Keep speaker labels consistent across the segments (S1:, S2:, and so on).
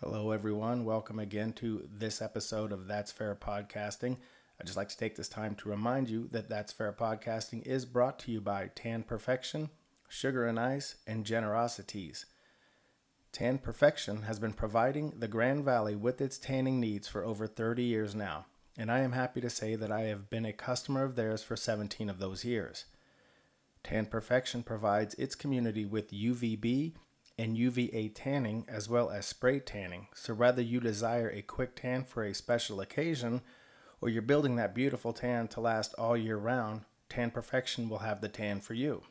S1: Hello, everyone. Welcome again to this episode of That's Fair Podcasting. I'd just like to take this time to remind you that That's Fair Podcasting is brought to you by Tan Perfection, Sugar and Ice, and Generosities. Tan Perfection has been providing the Grand Valley with its tanning needs for over 30 years now, and I am happy to say that I have been a customer of theirs for 17 of those years. Tan Perfection provides its community with UVB and UVA tanning as well as spray tanning. So whether you desire a quick tan for a special occasion or you're building that beautiful tan to last all year round, Tan Perfection will have the tan for you.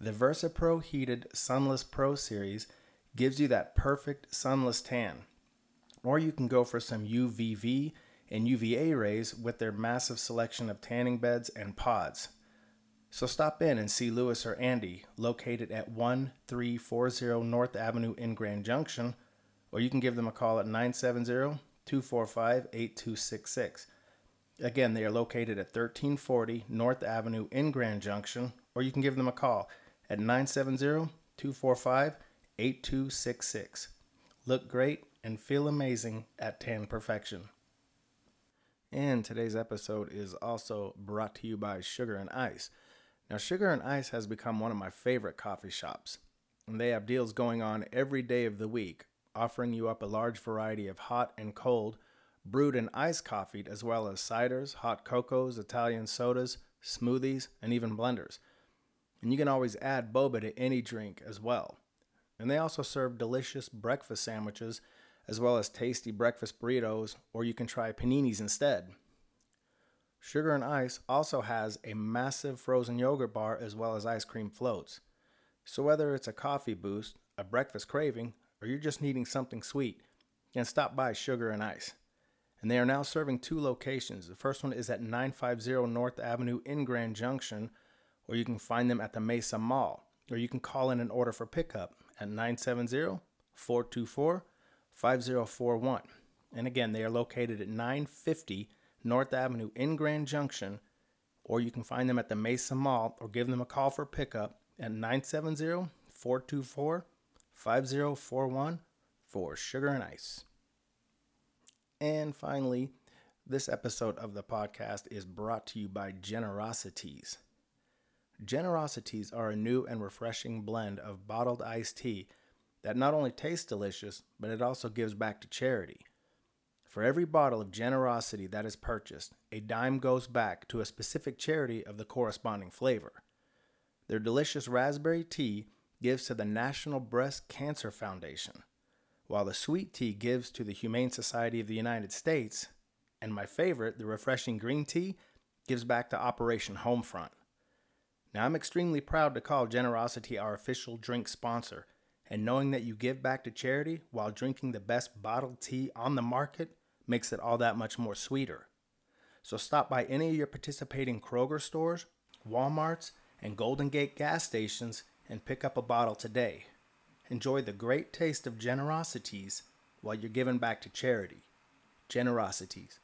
S1: The VersaPro Heated Sunless Pro series gives you that perfect sunless tan. Or you can go for some UVV and UVA rays with their massive selection of tanning beds and pods. So stop in and see Lewis or Andy, located at 1340 North Avenue in Grand Junction, or you can give them a call at 970 245 8266. Again, they are located at 1340 North Avenue in Grand Junction, or you can give them a call at 970 245 8266. Look great and feel amazing at Tan Perfection. And today's episode is also brought to you by Sugar and Ice. Now, Sugar and Ice has become one of my favorite coffee shops, and they have deals going on every day of the week, offering you up a large variety of hot and cold, brewed and iced coffee, as well as ciders, hot cocos, Italian sodas, smoothies, and even blenders. And you can always add boba to any drink as well. And they also serve delicious breakfast sandwiches as well as tasty breakfast burritos, or you can try paninis instead. Sugar and Ice also has a massive frozen yogurt bar as well as ice cream floats. So whether it's a coffee boost, a breakfast craving, or you're just needing something sweet, then stop by Sugar and Ice. And they are now serving two locations. The first one is at 950 North Avenue in Grand Junction, or you can find them at the Mesa Mall, or you can call in an order for pickup at 970 424 5041. And again, they are located at 950 North Avenue in Grand Junction, or you can find them at the Mesa Mall or give them a call for pickup at 970 424 5041 for Sugar and Ice. And finally, this episode of the podcast is brought to you by Generosities. Generosities are a new and refreshing blend of bottled iced tea that not only tastes delicious, but it also gives back to charity. For every bottle of generosity that is purchased, a dime goes back to a specific charity of the corresponding flavor. Their delicious raspberry tea gives to the National Breast Cancer Foundation, while the sweet tea gives to the Humane Society of the United States, and my favorite, the refreshing green tea, gives back to Operation Homefront. Now, I'm extremely proud to call Generosity our official drink sponsor, and knowing that you give back to charity while drinking the best bottled tea on the market makes it all that much more sweeter. So stop by any of your participating Kroger stores, Walmarts, and Golden Gate gas stations and pick up a bottle today. Enjoy the great taste of generosities while you're giving back to charity. Generosities.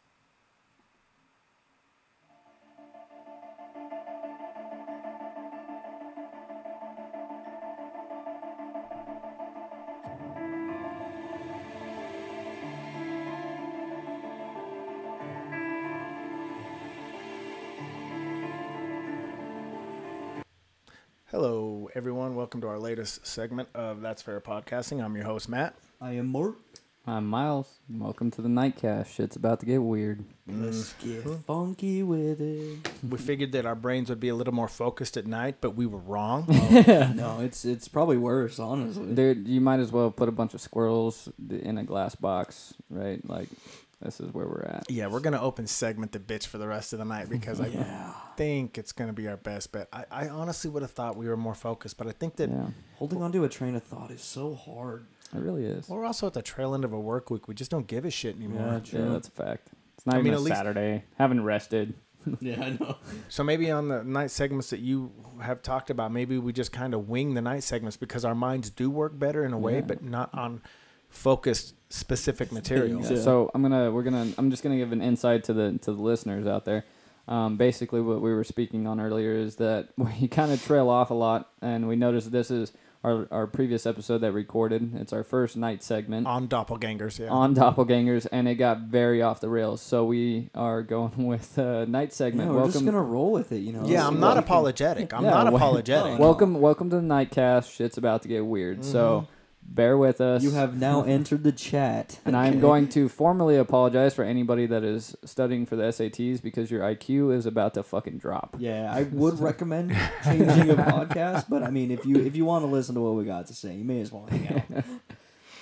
S1: Hello, everyone. Welcome to our latest segment of That's Fair Podcasting. I'm your host, Matt.
S2: I am Mark.
S3: I'm Miles. Welcome to the Nightcast. Shit's about to get weird.
S2: Let's
S1: Mm.
S2: get funky with it.
S1: We
S3: Mm-hmm.
S1: figured that our brains would be a little more focused at night, but we were wrong.
S2: Oh, no, it's it's probably worse, honestly.
S3: Dude, you might as well put a bunch of squirrels in a glass box, right? Like, this is where we're at.
S1: Yeah, we're gonna open segment the bitch for the rest of the night because I
S2: Yeah.
S1: think it's gonna be our best bet. I, I honestly would have thought we were more focused, but I think that
S3: Yeah,
S2: Holding onto a train of thought is so hard.
S3: it really is.
S1: we're also at the trail end of a work week. We just don't give a shit anymore.
S3: Yeah, that's a fact. It's not
S1: I
S3: even
S1: mean,
S3: a
S1: at least-
S3: Saturday. Haven't rested.
S2: yeah, I know.
S1: So maybe on the night segments that you have talked about, maybe we just kind of wing the night segments because our minds do work better in a way,
S3: Yeah.
S1: but not on focused specific material.
S3: Yeah,
S2: Yeah.
S3: So I'm gonna we're gonna I'm just gonna give an insight to the to the listeners out there. Um, basically, what we were speaking on earlier is that we kind of trail off a lot, and we notice this is our our previous episode that recorded. It's our first night segment
S1: on doppelgangers. Yeah,
S3: on doppelgangers, and it got very off the rails. So we are going with uh, night segment.
S2: Yeah, we're
S3: welcome,
S2: just gonna roll with it, you know.
S1: yeah. I'm
S2: See
S1: not
S2: what we can-
S1: apologetic. I'm
S3: Yeah,
S1: not
S3: wel-
S1: apologetic.
S3: welcome, welcome to the nightcast. Shit's about to get weird, so bear with us.
S2: Mm-hmm. You have now entered the chat,
S3: and I am going to formally apologize for anybody that is studying for the SATs because your IQ is about to fucking drop.
S2: Yeah, I would recommend changing a podcast, but I mean, if you if you want to listen to what we got to say, you may as well hang out.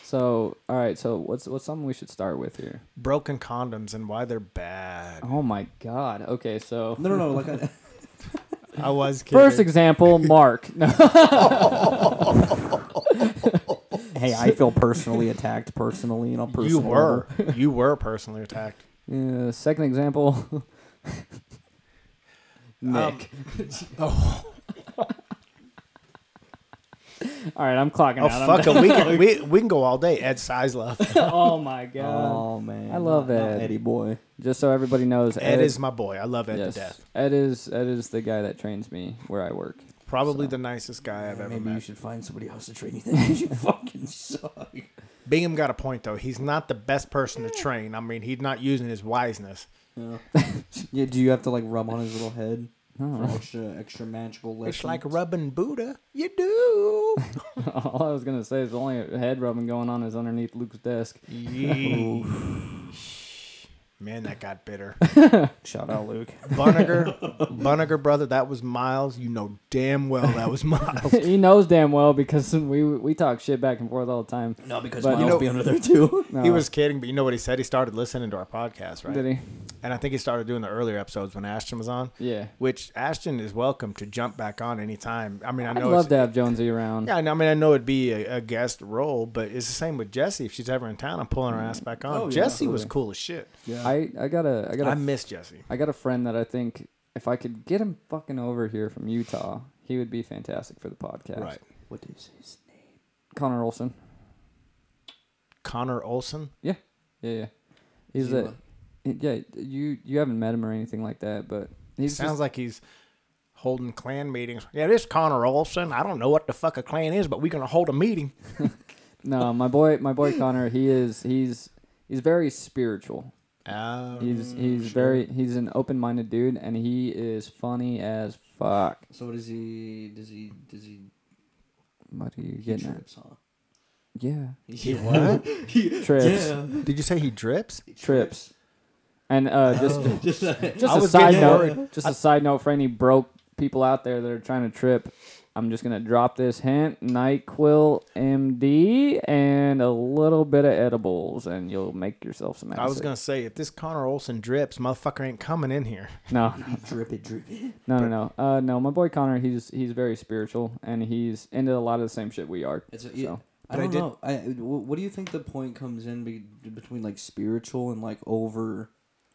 S3: So, all right. So, what's what's something we should start with here?
S1: Broken condoms and why they're bad.
S3: Oh my God. Okay, so
S2: No, no, no. Like, I,
S1: I was kidding.
S3: first example, Mark. No,
S2: hey, I feel personally attacked, personally, you know, personally.
S1: you were you were personally attacked.
S3: Yeah, Uh, second example,
S1: Nick.
S3: all right. I'm clocking
S1: oh
S3: out. I'm
S1: fuck!
S3: done.
S1: it. We can we, we can go all day. Ed Sizelove.
S3: oh my God.
S2: Oh man,
S3: I love
S2: Not- not
S3: Ed.
S2: Eddie boy.
S3: Just so everybody knows,
S1: Ed is my boy. I love Ed
S3: yes,
S1: to death.
S3: Ed is Ed is the guy that trains me where I work.
S1: Probably the nicest guy I've ever
S2: Maybe
S1: met.
S2: you should find somebody else to train you. Then you fucking suck.
S1: Bingham got a point though. He's not the best person to train. I mean, he's not using his wiseness.
S2: Yeah. yeah. Do you have to like rub on his little head for
S3: Oh,
S2: extra extra magical? Lessons?
S1: It's like rubbing Buddha. You do.
S3: all I was gonna say is the only head rubbing going on is underneath Luke's desk.
S1: Yeesh. Man, that got bitter.
S2: Shout out Luke.
S1: Bunniger, Bunniger brother, that was Miles. You know damn well that was Miles.
S3: he knows damn well because we we talk shit back and forth all the time.
S2: No, because
S3: But-
S2: Miles
S3: You
S1: know-
S2: be under there too.
S3: No,
S1: He was kidding, but you know what he said? He started listening to our podcast, right?
S3: Uh, did he?
S1: And I think he started doing the earlier episodes when Ashton was on.
S3: Yeah.
S1: Which Ashton is welcome to jump back on anytime. I mean, I
S3: I'd
S1: know
S3: love
S1: it's,
S3: to have Jonesy around.
S1: Yeah, I know- I mean, I know it'd be a, a guest role, but it's the same with Jesse. If she's ever in town, I'm pulling her ass back on.
S2: Oh, yeah,
S1: Jesse was
S3: Mm-hmm. absolutely.
S1: cool as shit.
S2: Yeah.
S3: I I got a I got a
S1: I miss Jesse.
S3: I got a friend that I think if I could get him fucking over here from Utah, he would be fantastic for the podcast.
S1: Right.
S2: what is his name?
S3: Connor Olson.
S1: Connor Olson.
S3: Yeah. Yeah, yeah. He's
S2: Zima.
S3: a yeah, you you haven't met him or anything like that, but he's
S1: Sounds
S3: just,
S1: like he's holding clan meetings. Yeah, this Connor Olson. I don't know what the fuck a clan is, but we're gonna hold a meeting.
S3: no, my boy my boy Connor, he is he's he's very spiritual.
S1: Um,
S3: He's he's very he's an open-minded dude and he is funny as fuck.
S2: So does he? Does he? Does he?
S3: What are you
S2: He
S3: getting at?
S2: trips, huh?
S3: Yeah.
S2: He
S1: what?
S2: he,
S3: Trips.
S2: Yeah.
S1: Did you say he drips?
S3: Trips. And uh just
S2: Just that.
S3: Just
S1: Oh, I
S3: a
S1: was
S3: side
S1: getting
S3: note.
S1: worried.
S3: Just a side note for any broke people out there that are trying to trip. I'm just gonna drop this hint: Nyquil MD and a little bit of edibles, and you'll make yourself some. Acid.
S1: I was gonna say if this Connor Olson drips, motherfucker ain't coming in here.
S3: No,
S2: drip it, drip it.
S3: no, no, no. Uh, no, my boy Connor, he's he's very spiritual, and he's into a lot of the same shit we are.
S2: It's
S3: so.
S2: yeah,
S1: But I
S2: I don't
S1: did-
S2: know. I, wh- what do you think the point comes in be, between like spiritual and like over?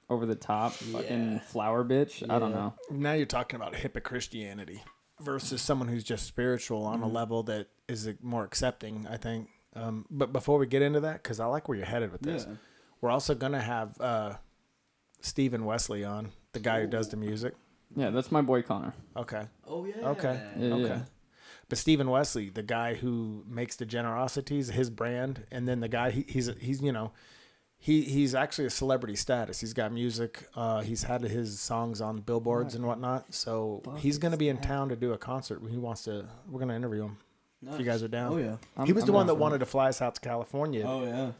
S3: Over the top,
S2: Yeah.
S3: fucking flower bitch. I don't
S2: Yeah.
S3: know.
S1: Now you're talking about hypocristianity versus someone who's just spiritual on a level that is uh, more accepting, I think. Um, but before we get into that, because I like where you're headed with this,
S2: Yeah.
S1: we're also going to have uh, Stephen Wesley on, the guy who does the music.
S3: Yeah, that's my boy Connor.
S1: Okay.
S2: Oh yeah.
S1: Okay.
S3: Yeah,
S1: okay.
S3: yeah.
S1: But Stephen Wesley, the guy who makes the generosities, his brand, and then the guy he, he's he's you know, he he's actually a celebrity status. He's got music. Uh, he's had his songs on billboards and whatnot. So
S2: Fuck
S1: he's gonna
S2: is
S1: be in
S2: that?
S1: town to do a concert. He wants to. We're gonna interview him. If you guys are down.
S2: Oh yeah.
S3: I'm-
S1: he was
S3: I'm
S1: the one that
S3: down for
S1: wanted to fly us out to California.
S2: Oh yeah.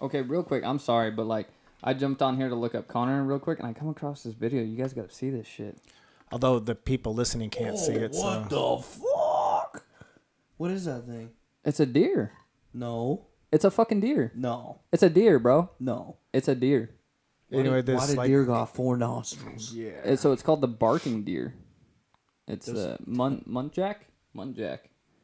S3: Okay, real quick, I'm sorry, but like I jumped on here to look up Connor real quick, and I come across this video. You guys got to see this shit.
S1: Although the people listening can't see it. So.
S2: Oh, what the fuck? What is that thing?
S3: It's a deer.
S2: No.
S3: It's a fucking deer.
S2: No.
S3: It's a deer, bro.
S2: No.
S3: It's a deer.
S1: anyway,
S2: Why
S1: this
S2: did
S1: like
S2: deer got four nostrils?
S1: yeah.
S3: And so it's called the barking deer. It's the mun muntjac. Muntjac.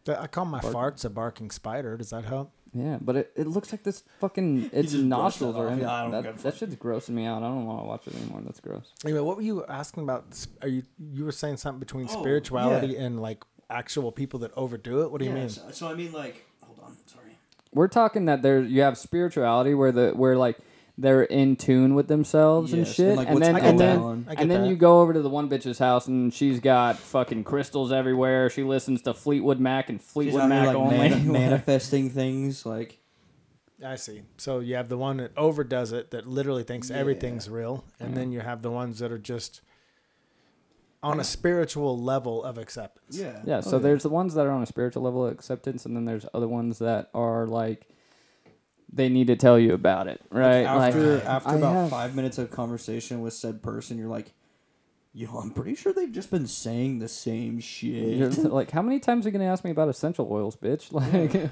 S1: I call my farts a barking spider. Does that help?
S3: Yeah, but it, it looks like this fucking
S2: just
S3: its
S2: brushed
S3: nostrils
S2: that
S3: are
S2: off.
S3: in it.
S2: Yeah, I don't give
S3: that,
S2: a
S3: that
S2: fuck.
S3: shit's grossing me out. I don't want to watch it anymore. That's gross.
S1: Anyway, what were you asking about? s- Are you you were saying something between
S2: Oh,
S1: spirituality
S2: yeah.
S1: and like actual people that overdo it? What do you mean?
S2: So, so I mean like, hold on, sorry.
S3: We're talking that there you have spirituality where the where like they're in tune with themselves and
S2: Yes, and,
S3: shit. And,
S2: like, what's
S3: then
S1: I
S3: and
S1: get
S3: then,
S2: that.
S1: I get
S3: and then
S1: that.
S3: you go over to the one bitch's house and she's got fucking crystals everywhere. She listens to Fleetwood Mac and
S2: She's
S3: Fleetwood
S2: out
S3: Mac
S2: here, like
S3: only.
S2: mani- manifesting things like
S1: I see. So you have the one that overdoes it, that literally thinks
S2: Yeah. Mm-hmm.
S1: everything's real, and then you have the ones that are just on a spiritual level of acceptance.
S2: Oh,
S3: yeah, so there's the ones that are on a spiritual level of acceptance, and then there's other ones that are like they need to tell you about it, right? Like,
S2: after after
S3: I
S2: about
S3: have-
S2: five minutes of conversation with said person, you're like, yo, I'm pretty sure they've just been saying the same
S3: You're
S2: shit.
S3: just like, how many times are you gonna ask me about essential oils, bitch? Like,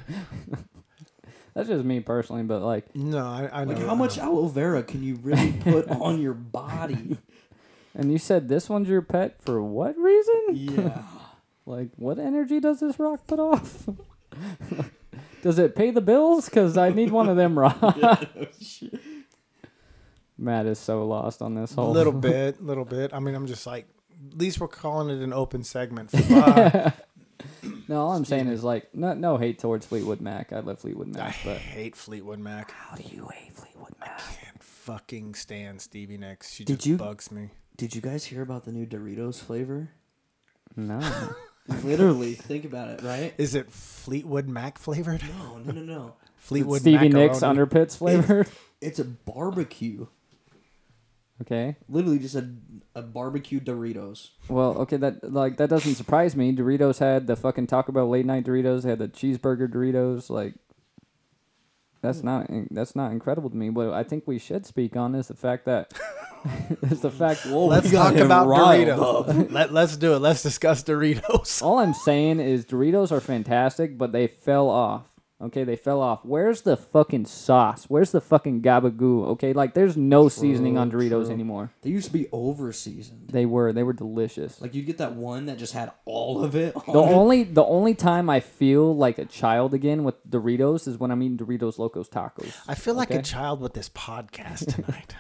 S3: that's just me personally, but like,
S1: No, I, I know.
S2: Like, how much aloe vera can you really put on your body?
S3: and you said this one's your pet for what reason?
S2: Yeah.
S3: Like, what energy does this rock put off? does it pay the bills? Because I need one of them rocks.
S1: oh,
S3: Matt is so lost on this
S1: A
S3: whole.
S1: little bit, little bit. I mean, I'm just like, at least we're calling it an open segment. Fuck.
S3: No, all I'm saying is like, no, no hate towards Fleetwood Mac. I love Fleetwood
S1: I
S3: Mac, but
S1: hate Fleetwood Mac.
S3: how do you hate Fleetwood Mac?
S1: Can't fucking stand Stevie Nicks. She
S2: Did
S1: just
S2: you-
S1: bugs me.
S2: Did you guys hear about the new Doritos flavor?
S3: No,
S2: Literally, think about it, right?
S1: Is it Fleetwood Mac flavored?
S2: No, no, no, no.
S1: Fleetwood
S3: Stevie Nicks
S1: macaroni?
S3: underpits flavor.
S2: It's a barbecue.
S3: okay.
S2: Literally, just a, a barbecue Doritos.
S3: Well, okay, that like that doesn't surprise me. Doritos had the fucking Taco Bell late night Doritos. They had the cheeseburger Doritos. Like, that's not that's not incredible to me. What I think we should speak on is the fact that is the fact.
S1: Let's
S2: We got
S1: talk
S2: him
S1: about
S2: riled
S1: Doritos. Let, let's do it. Let's discuss Doritos.
S3: All I'm saying is Doritos are fantastic, but they fell off. Okay, they fell off. Where's the fucking sauce? Where's the fucking gabagoo? Okay, like there's no seasoning on
S2: True,
S3: Doritos
S2: true.
S3: anymore.
S2: They used to be over seasoned.
S3: They were they were delicious.
S2: Like you'd get that one that just had all of it.
S3: The
S2: on it.
S3: only the only time I feel like a child again with Doritos is when I'm eating Doritos Locos Tacos.
S1: I feel like a
S3: Okay.
S1: child with this podcast tonight.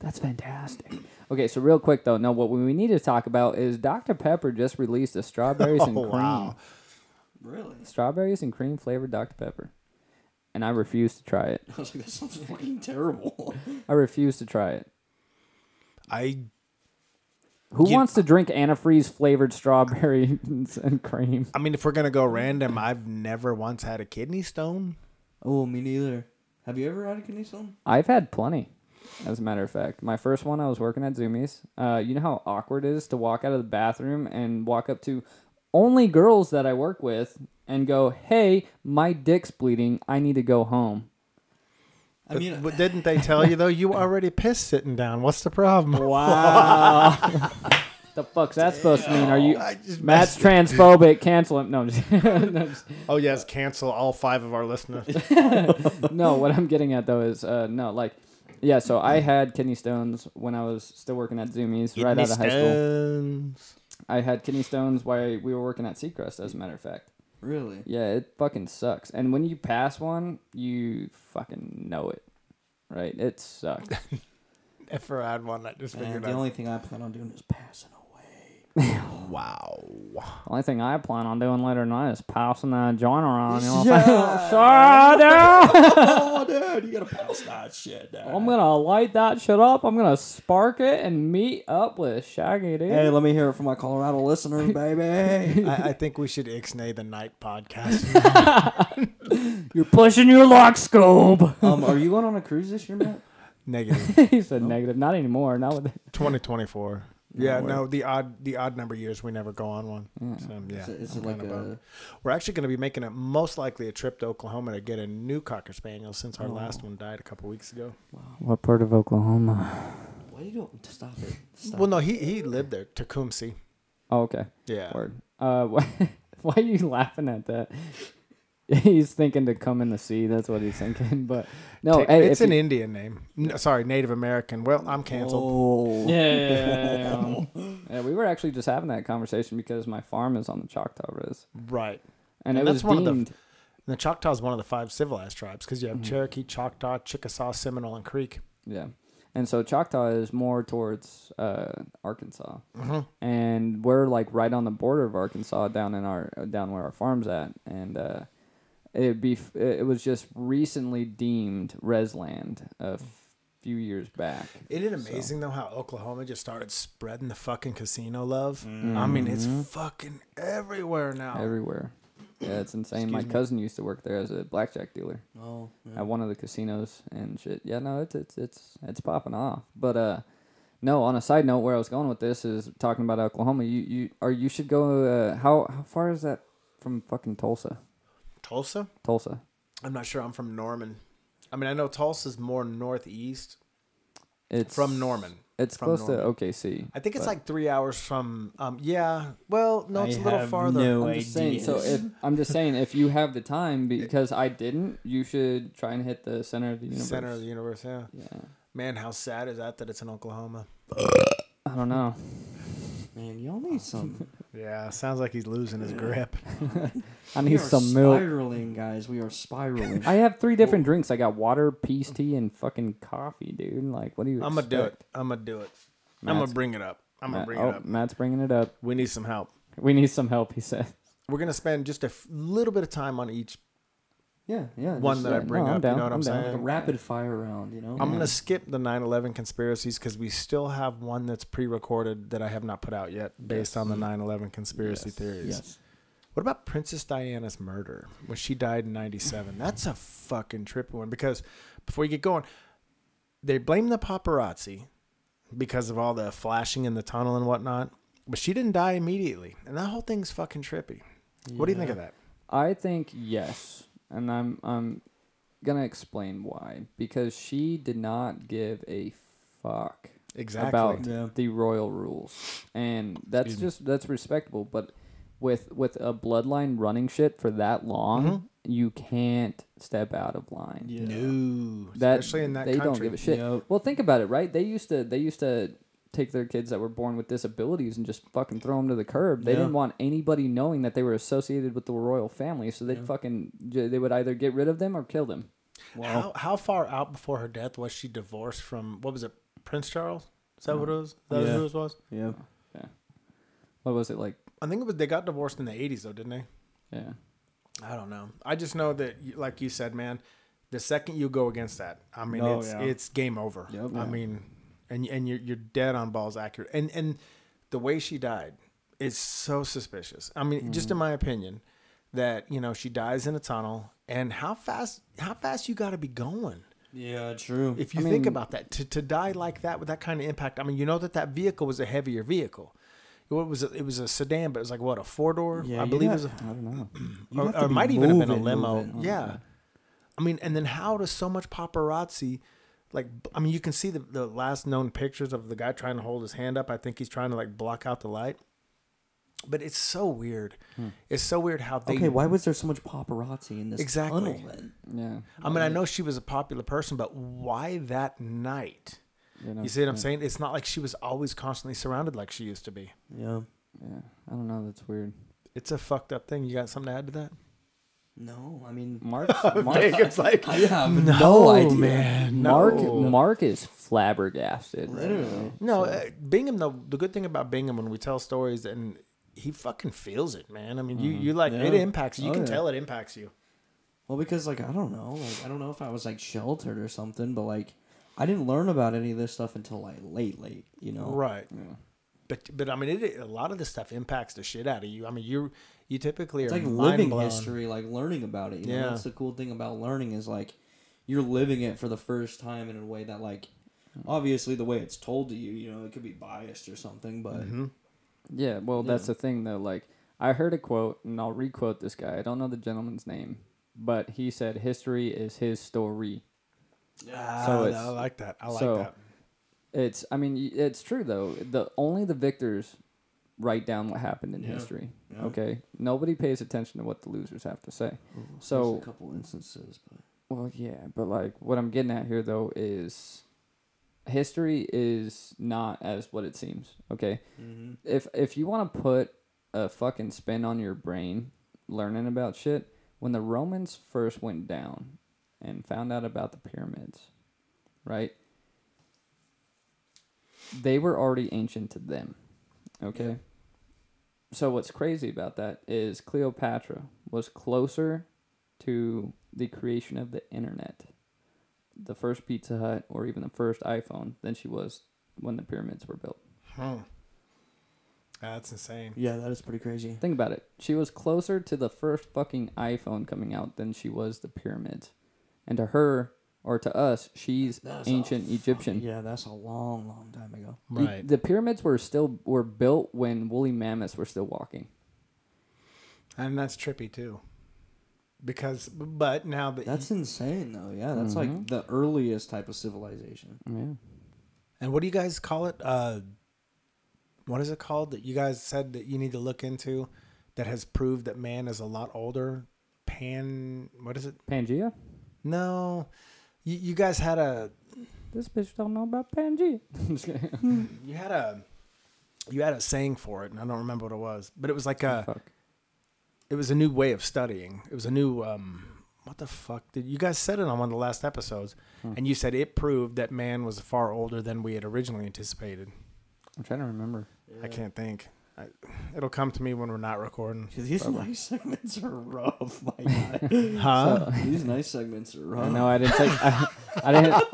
S3: That's fantastic. Okay, so real quick though, no, what we need to talk about is Dr Pepper just released a strawberries and
S1: Oh,
S3: cream,
S1: wow.
S2: Really?
S3: strawberries and cream flavored Dr Pepper, and I refuse to try it.
S2: I was like, that sounds fucking terrible.
S3: I refuse to try it.
S1: I
S3: Who
S1: You-
S3: wants to drink antifreeze flavored strawberries and cream?
S1: I mean, if we're gonna go random, I've never once had a kidney stone.
S2: oh, me neither. Have you ever had a kidney stone?
S3: I've had plenty. As a matter of fact, my first one, I was working at Zoomies. Uh, you know how awkward it is to walk out of the bathroom and walk up to only girls that I work with and go, "Hey, my dick's bleeding. I need to go home."
S2: I mean,
S1: but didn't they tell you though? You already pissed sitting down. What's the problem?
S3: Wow. the fuck's that supposed to mean? Are you
S1: I just
S3: Matt's
S1: messed-
S3: transphobic? Cancel him. No, I'm just- no, just-
S1: Oh yes, cancel all five of our listeners.
S3: no, what I'm getting at though is uh, no, like, yeah. So I had kidney stones when I was still working at Zoomies, right out of high school.
S1: stones.
S3: I had kidney stones while we were working at Seacrest, as a matter of fact.
S2: really?
S3: Yeah, it fucking sucks. And when you pass one, you fucking know it, right? It sucks.
S1: If I had one, I just
S2: Man,
S1: figured
S2: the
S1: out.
S2: only thing I plan on doing is passing away.
S1: wow.
S3: Only thing I plan on doing later tonight is passing that joint around. You know?
S2: Yeah.
S3: Sorry, dude.
S2: oh, dude, you gotta pass that shit. Dude.
S3: I'm gonna light that shit up. I'm gonna spark it and meet up with Shaggy, dude.
S2: Hey, let me hear it from my Colorado listeners, baby.
S1: I, I think we should ixnay the night podcast.
S3: You're pushing your lock scope.
S2: um, are you going on a cruise this year, Matt?
S1: Negative
S3: he said negative. Not anymore. Not with.
S1: twenty twenty four. Yeah,
S2: way.
S1: no, the odd the odd number years we never go on one. So, yeah,
S2: Mm. Is it, is
S1: I'm
S2: it like
S1: kinda bummed.
S2: a?
S1: We're actually going to be making it most likely a trip to Oklahoma to get a new cocker spaniel since our last
S2: Oh.
S1: one died a couple weeks ago.
S3: What part of Oklahoma?
S2: Why do you don't stop it? Stop
S1: Well, no, he he lived there, Tecumseh.
S3: Oh, okay.
S1: Yeah.
S3: Word. Uh, why, why are you laughing at that? he's thinking to come in the sea. That's what he's thinking. But no,
S1: Te-
S3: hey,
S1: it's
S3: if
S1: an
S3: you-
S1: Indian name. No, sorry, Native American. Well, I'm canceled.
S2: Oh.
S3: Yeah, yeah, yeah, yeah, yeah. Yeah, we were actually just having that conversation because my farm is on the Choctaw Res,
S2: Oh.
S1: Right. And
S3: and, it
S1: that's
S3: was
S1: one of the-
S3: deemed.
S1: And the Choctaw is one of the five civilized tribes because you
S2: Mm-hmm.
S1: have Cherokee, Choctaw, Chickasaw, Seminole, and Creek.
S3: Yeah. And so Choctaw is more towards uh, Arkansas, and we're like right on the border of Arkansas, down in our down where our farm's at, and uh, it be it was just recently deemed res land, a f- few years back.
S1: Isn't it amazing though how Oklahoma just started spreading the fucking casino love? I mean, it's fucking everywhere now.
S3: everywhere. Yeah, it's insane. My cousin used to work there as a blackjack dealer
S2: Oh, yeah.
S3: at one of the casinos and shit. Yeah, no, it's it's it's it's popping off. But uh, no. On a side note, where I was going with this is talking about Oklahoma. You you or you should go. Uh, how how far is that from fucking Tulsa?
S1: Tulsa?
S3: Tulsa.
S1: I'm not sure. I'm from Norman. I mean, I know Tulsa's more northeast
S3: It's
S1: from Norman.
S3: It's
S1: From
S3: close
S1: Norman.
S3: to OKC.
S1: I think it's like three hours from. Um, yeah. Well, no, it's a little farther.
S2: No
S3: I'm just saying. So
S2: ideas.
S3: if I'm just saying, if you have the time, because I didn't, you should try and hit the center of the universe.
S1: Center of the universe. Yeah.
S3: yeah.
S1: Man, how sad is that that it's in Oklahoma?
S3: I don't know.
S2: man, y'all need some.
S1: Yeah, sounds like he's losing his grip.
S3: I
S2: we
S3: need
S2: are
S3: some milk.
S2: spiraling, guys. We are spiraling.
S3: I have three different drinks. I got water, peace tea, and fucking coffee, dude. Like, what do you?
S1: I'm gonna do it.
S3: expect?
S1: I'm gonna do it. I'm gonna
S3: Matt's-
S1: bring it up. I'm gonna
S3: Matt-
S1: bring
S3: oh,
S1: it up.
S3: Matt's bringing it up.
S1: We need some help.
S3: We need some help. He said.
S1: We're gonna spend just a f- little bit of time on each
S2: yeah, yeah.
S1: one
S2: just
S1: that I
S3: yeah,
S1: bring
S3: no,
S1: up.
S3: I'm
S1: you
S3: down,
S1: know what I'm,
S3: I'm down.
S1: saying?
S2: like a rapid fire round, you know.
S1: I'm gonna skip the 9/11 conspiracies because we still have one that's pre-recorded that I have not put out yet, based on the 9/11 conspiracy theories.
S2: yes.
S1: What about Princess Diana's murder when she died in 97? That's a fucking trippy one because before you get going, they blame the paparazzi because of all the flashing in the tunnel and whatnot, but she didn't die immediately. And that whole thing's fucking trippy. What do you think of that?
S3: I think yes, and I'm I'm gonna explain why because she did not give a fuck
S1: Exactly.
S3: about
S2: Yeah.
S3: the royal rules, and that's just that's respectable. But with with a bloodline running shit for that long, you can't step out of line.
S2: Yeah.
S1: No,
S3: That,
S1: especially in that
S3: they
S1: country.
S3: don't give a shit.
S2: Yep.
S3: Well, think about it, right? They used to they used to take their kids that were born with disabilities and just fucking throw them to the curb. They
S2: Yeah.
S3: didn't want anybody knowing that they were associated with the royal family, so they'd fucking they would either get rid of them or kill them.
S1: How how far out before her death was she divorced from what was it Prince Charles? Is that what it was? Is that
S2: Yeah.
S1: who it was?
S2: Yeah.
S3: What was it like?
S1: I think it was they got divorced in the eighties though, didn't they?
S3: Yeah.
S1: I don't know. I just know that, y- like you said, man, the second you go against that, I mean,
S2: Oh,
S1: it's
S2: yeah.
S1: it's game over.
S2: Yep.
S1: I
S2: Yeah.
S1: mean, and and you're you're dead on balls accurate. And and the way she died is so suspicious. I mean, just
S3: Mm.
S1: in my opinion, that you know she dies in a tunnel. And how fast how fast you got to be going?
S2: Yeah. True.
S1: If you think about that, to, to die like that with that kind of impact, I mean, you know that that vehicle was a heavier vehicle. It was a, it was a sedan, but it was like what a four door.
S2: Yeah,
S1: I
S2: you
S1: believe it
S2: got-
S1: was a
S3: I don't know.
S2: You
S1: or,
S2: have to
S1: or
S2: be
S1: might even have been a
S2: moving,
S1: limo.
S2: moving.
S1: Yeah, I mean, and then how does so much paparazzi? Like, b- I mean, you can see the, the last known pictures of the guy trying to hold his hand up. I think he's trying to like block out the light. But it's so weird. It's so weird how they.
S2: Hmm. Okay, why was there so much paparazzi in this
S1: Exactly.
S2: tunnel then?
S3: Yeah.
S1: I mean, I know she was a popular person, but why that night?
S3: You know,
S1: You see what I'm saying? It's not like she was always constantly surrounded like she used to be.
S2: Yeah.
S3: Yeah. I don't know. That's weird.
S1: It's a fucked up thing. You got something to add to that?
S2: No, I mean,
S3: Mark. Mark.
S1: It's like
S2: I have no, idea.
S1: man.
S3: Mark,
S1: no.
S3: Mark is flabbergasted. right now.
S2: Literally.
S1: No, uh, Bingham though. The good thing about Bingham when we tell stories and he fucking feels it, man. I mean, you you like it
S2: Yeah.
S1: impacts you. You
S2: Oh,
S1: can
S2: yeah.
S1: tell it impacts you.
S2: Well, because like I don't know, like I don't know if I was like sheltered or something, but like I didn't learn about any of this stuff until like late, late. You know.
S1: Right. But but I mean, it, a lot of this stuff impacts the shit out of you. I mean, you you typically
S2: It's
S1: are
S2: like
S1: mind
S2: living
S1: blown.
S2: history, like learning about it. You
S1: Yeah.
S2: know, that's the cool thing about learning is like you're living it for the first time in a way that like obviously the way it's told to you, you know, it could be biased or something, but
S1: Mm-hmm.
S3: Yeah, well, that's the thing though. Like, I heard a quote, and I'll requote this guy. I don't know the gentleman's name, but he said, "History is his story."
S1: Ah,
S3: So it's-
S1: I like that. I like
S3: so-
S1: that.
S3: It's, I mean, y- it's true though. The only the victors write down what happened in history. Okay, nobody pays attention to what the losers have to say.
S2: there's
S3: So,
S2: a couple instances, but
S3: well, yeah, but like, what I'm getting at here though is, history is not as what it seems. Okay,
S1: Mm-hmm.
S3: if if you want to put a fucking spin on your brain learning about shit when the romans first went down and found out about the pyramids right they were already ancient to them okay so what's crazy about that is cleopatra was closer to the creation of the internet the first Pizza Hut or even the first iPhone than she was when the pyramids were built.
S1: Hmm. That's insane.
S2: Yeah, that is pretty crazy.
S3: Think about it. She was closer to the first fucking iPhone coming out than she was the pyramids. And to her or to us, she's
S2: That's
S3: ancient
S2: a fu-
S3: Egyptian.
S2: Yeah, that's a long, long time ago.
S3: The-
S1: Right.
S3: The, pyramids were still were built when woolly mammoths were still walking.
S1: And that's trippy too. Because, but now that
S2: That's insane, though. Yeah, that's like
S3: Mhm.
S2: the earliest type of civilization.
S3: Yeah.
S1: And what do you guys call it? Uh, what is it called that you guys said that you need to look into that has proved that man is a lot older? Pan, what is it?
S3: Pangea?
S1: No, you, you guys had a
S3: This bitch don't know about Pangea. I'm just kidding.
S1: you had a you had a saying for it, and I don't remember what it was, but it was like a
S3: Fuck.
S1: it was a new way of studying. It was a new um what the fuck did you guys said it on one of the last episodes, and you said it proved that man was far older than we had originally anticipated.
S3: I'm trying to remember.
S1: I can't think. I, it'll come to me when we're not recording.
S2: These nice segments are rough. My God.
S1: Huh?
S2: These nice segments are rough.
S3: No, I didn't take. I, I didn't.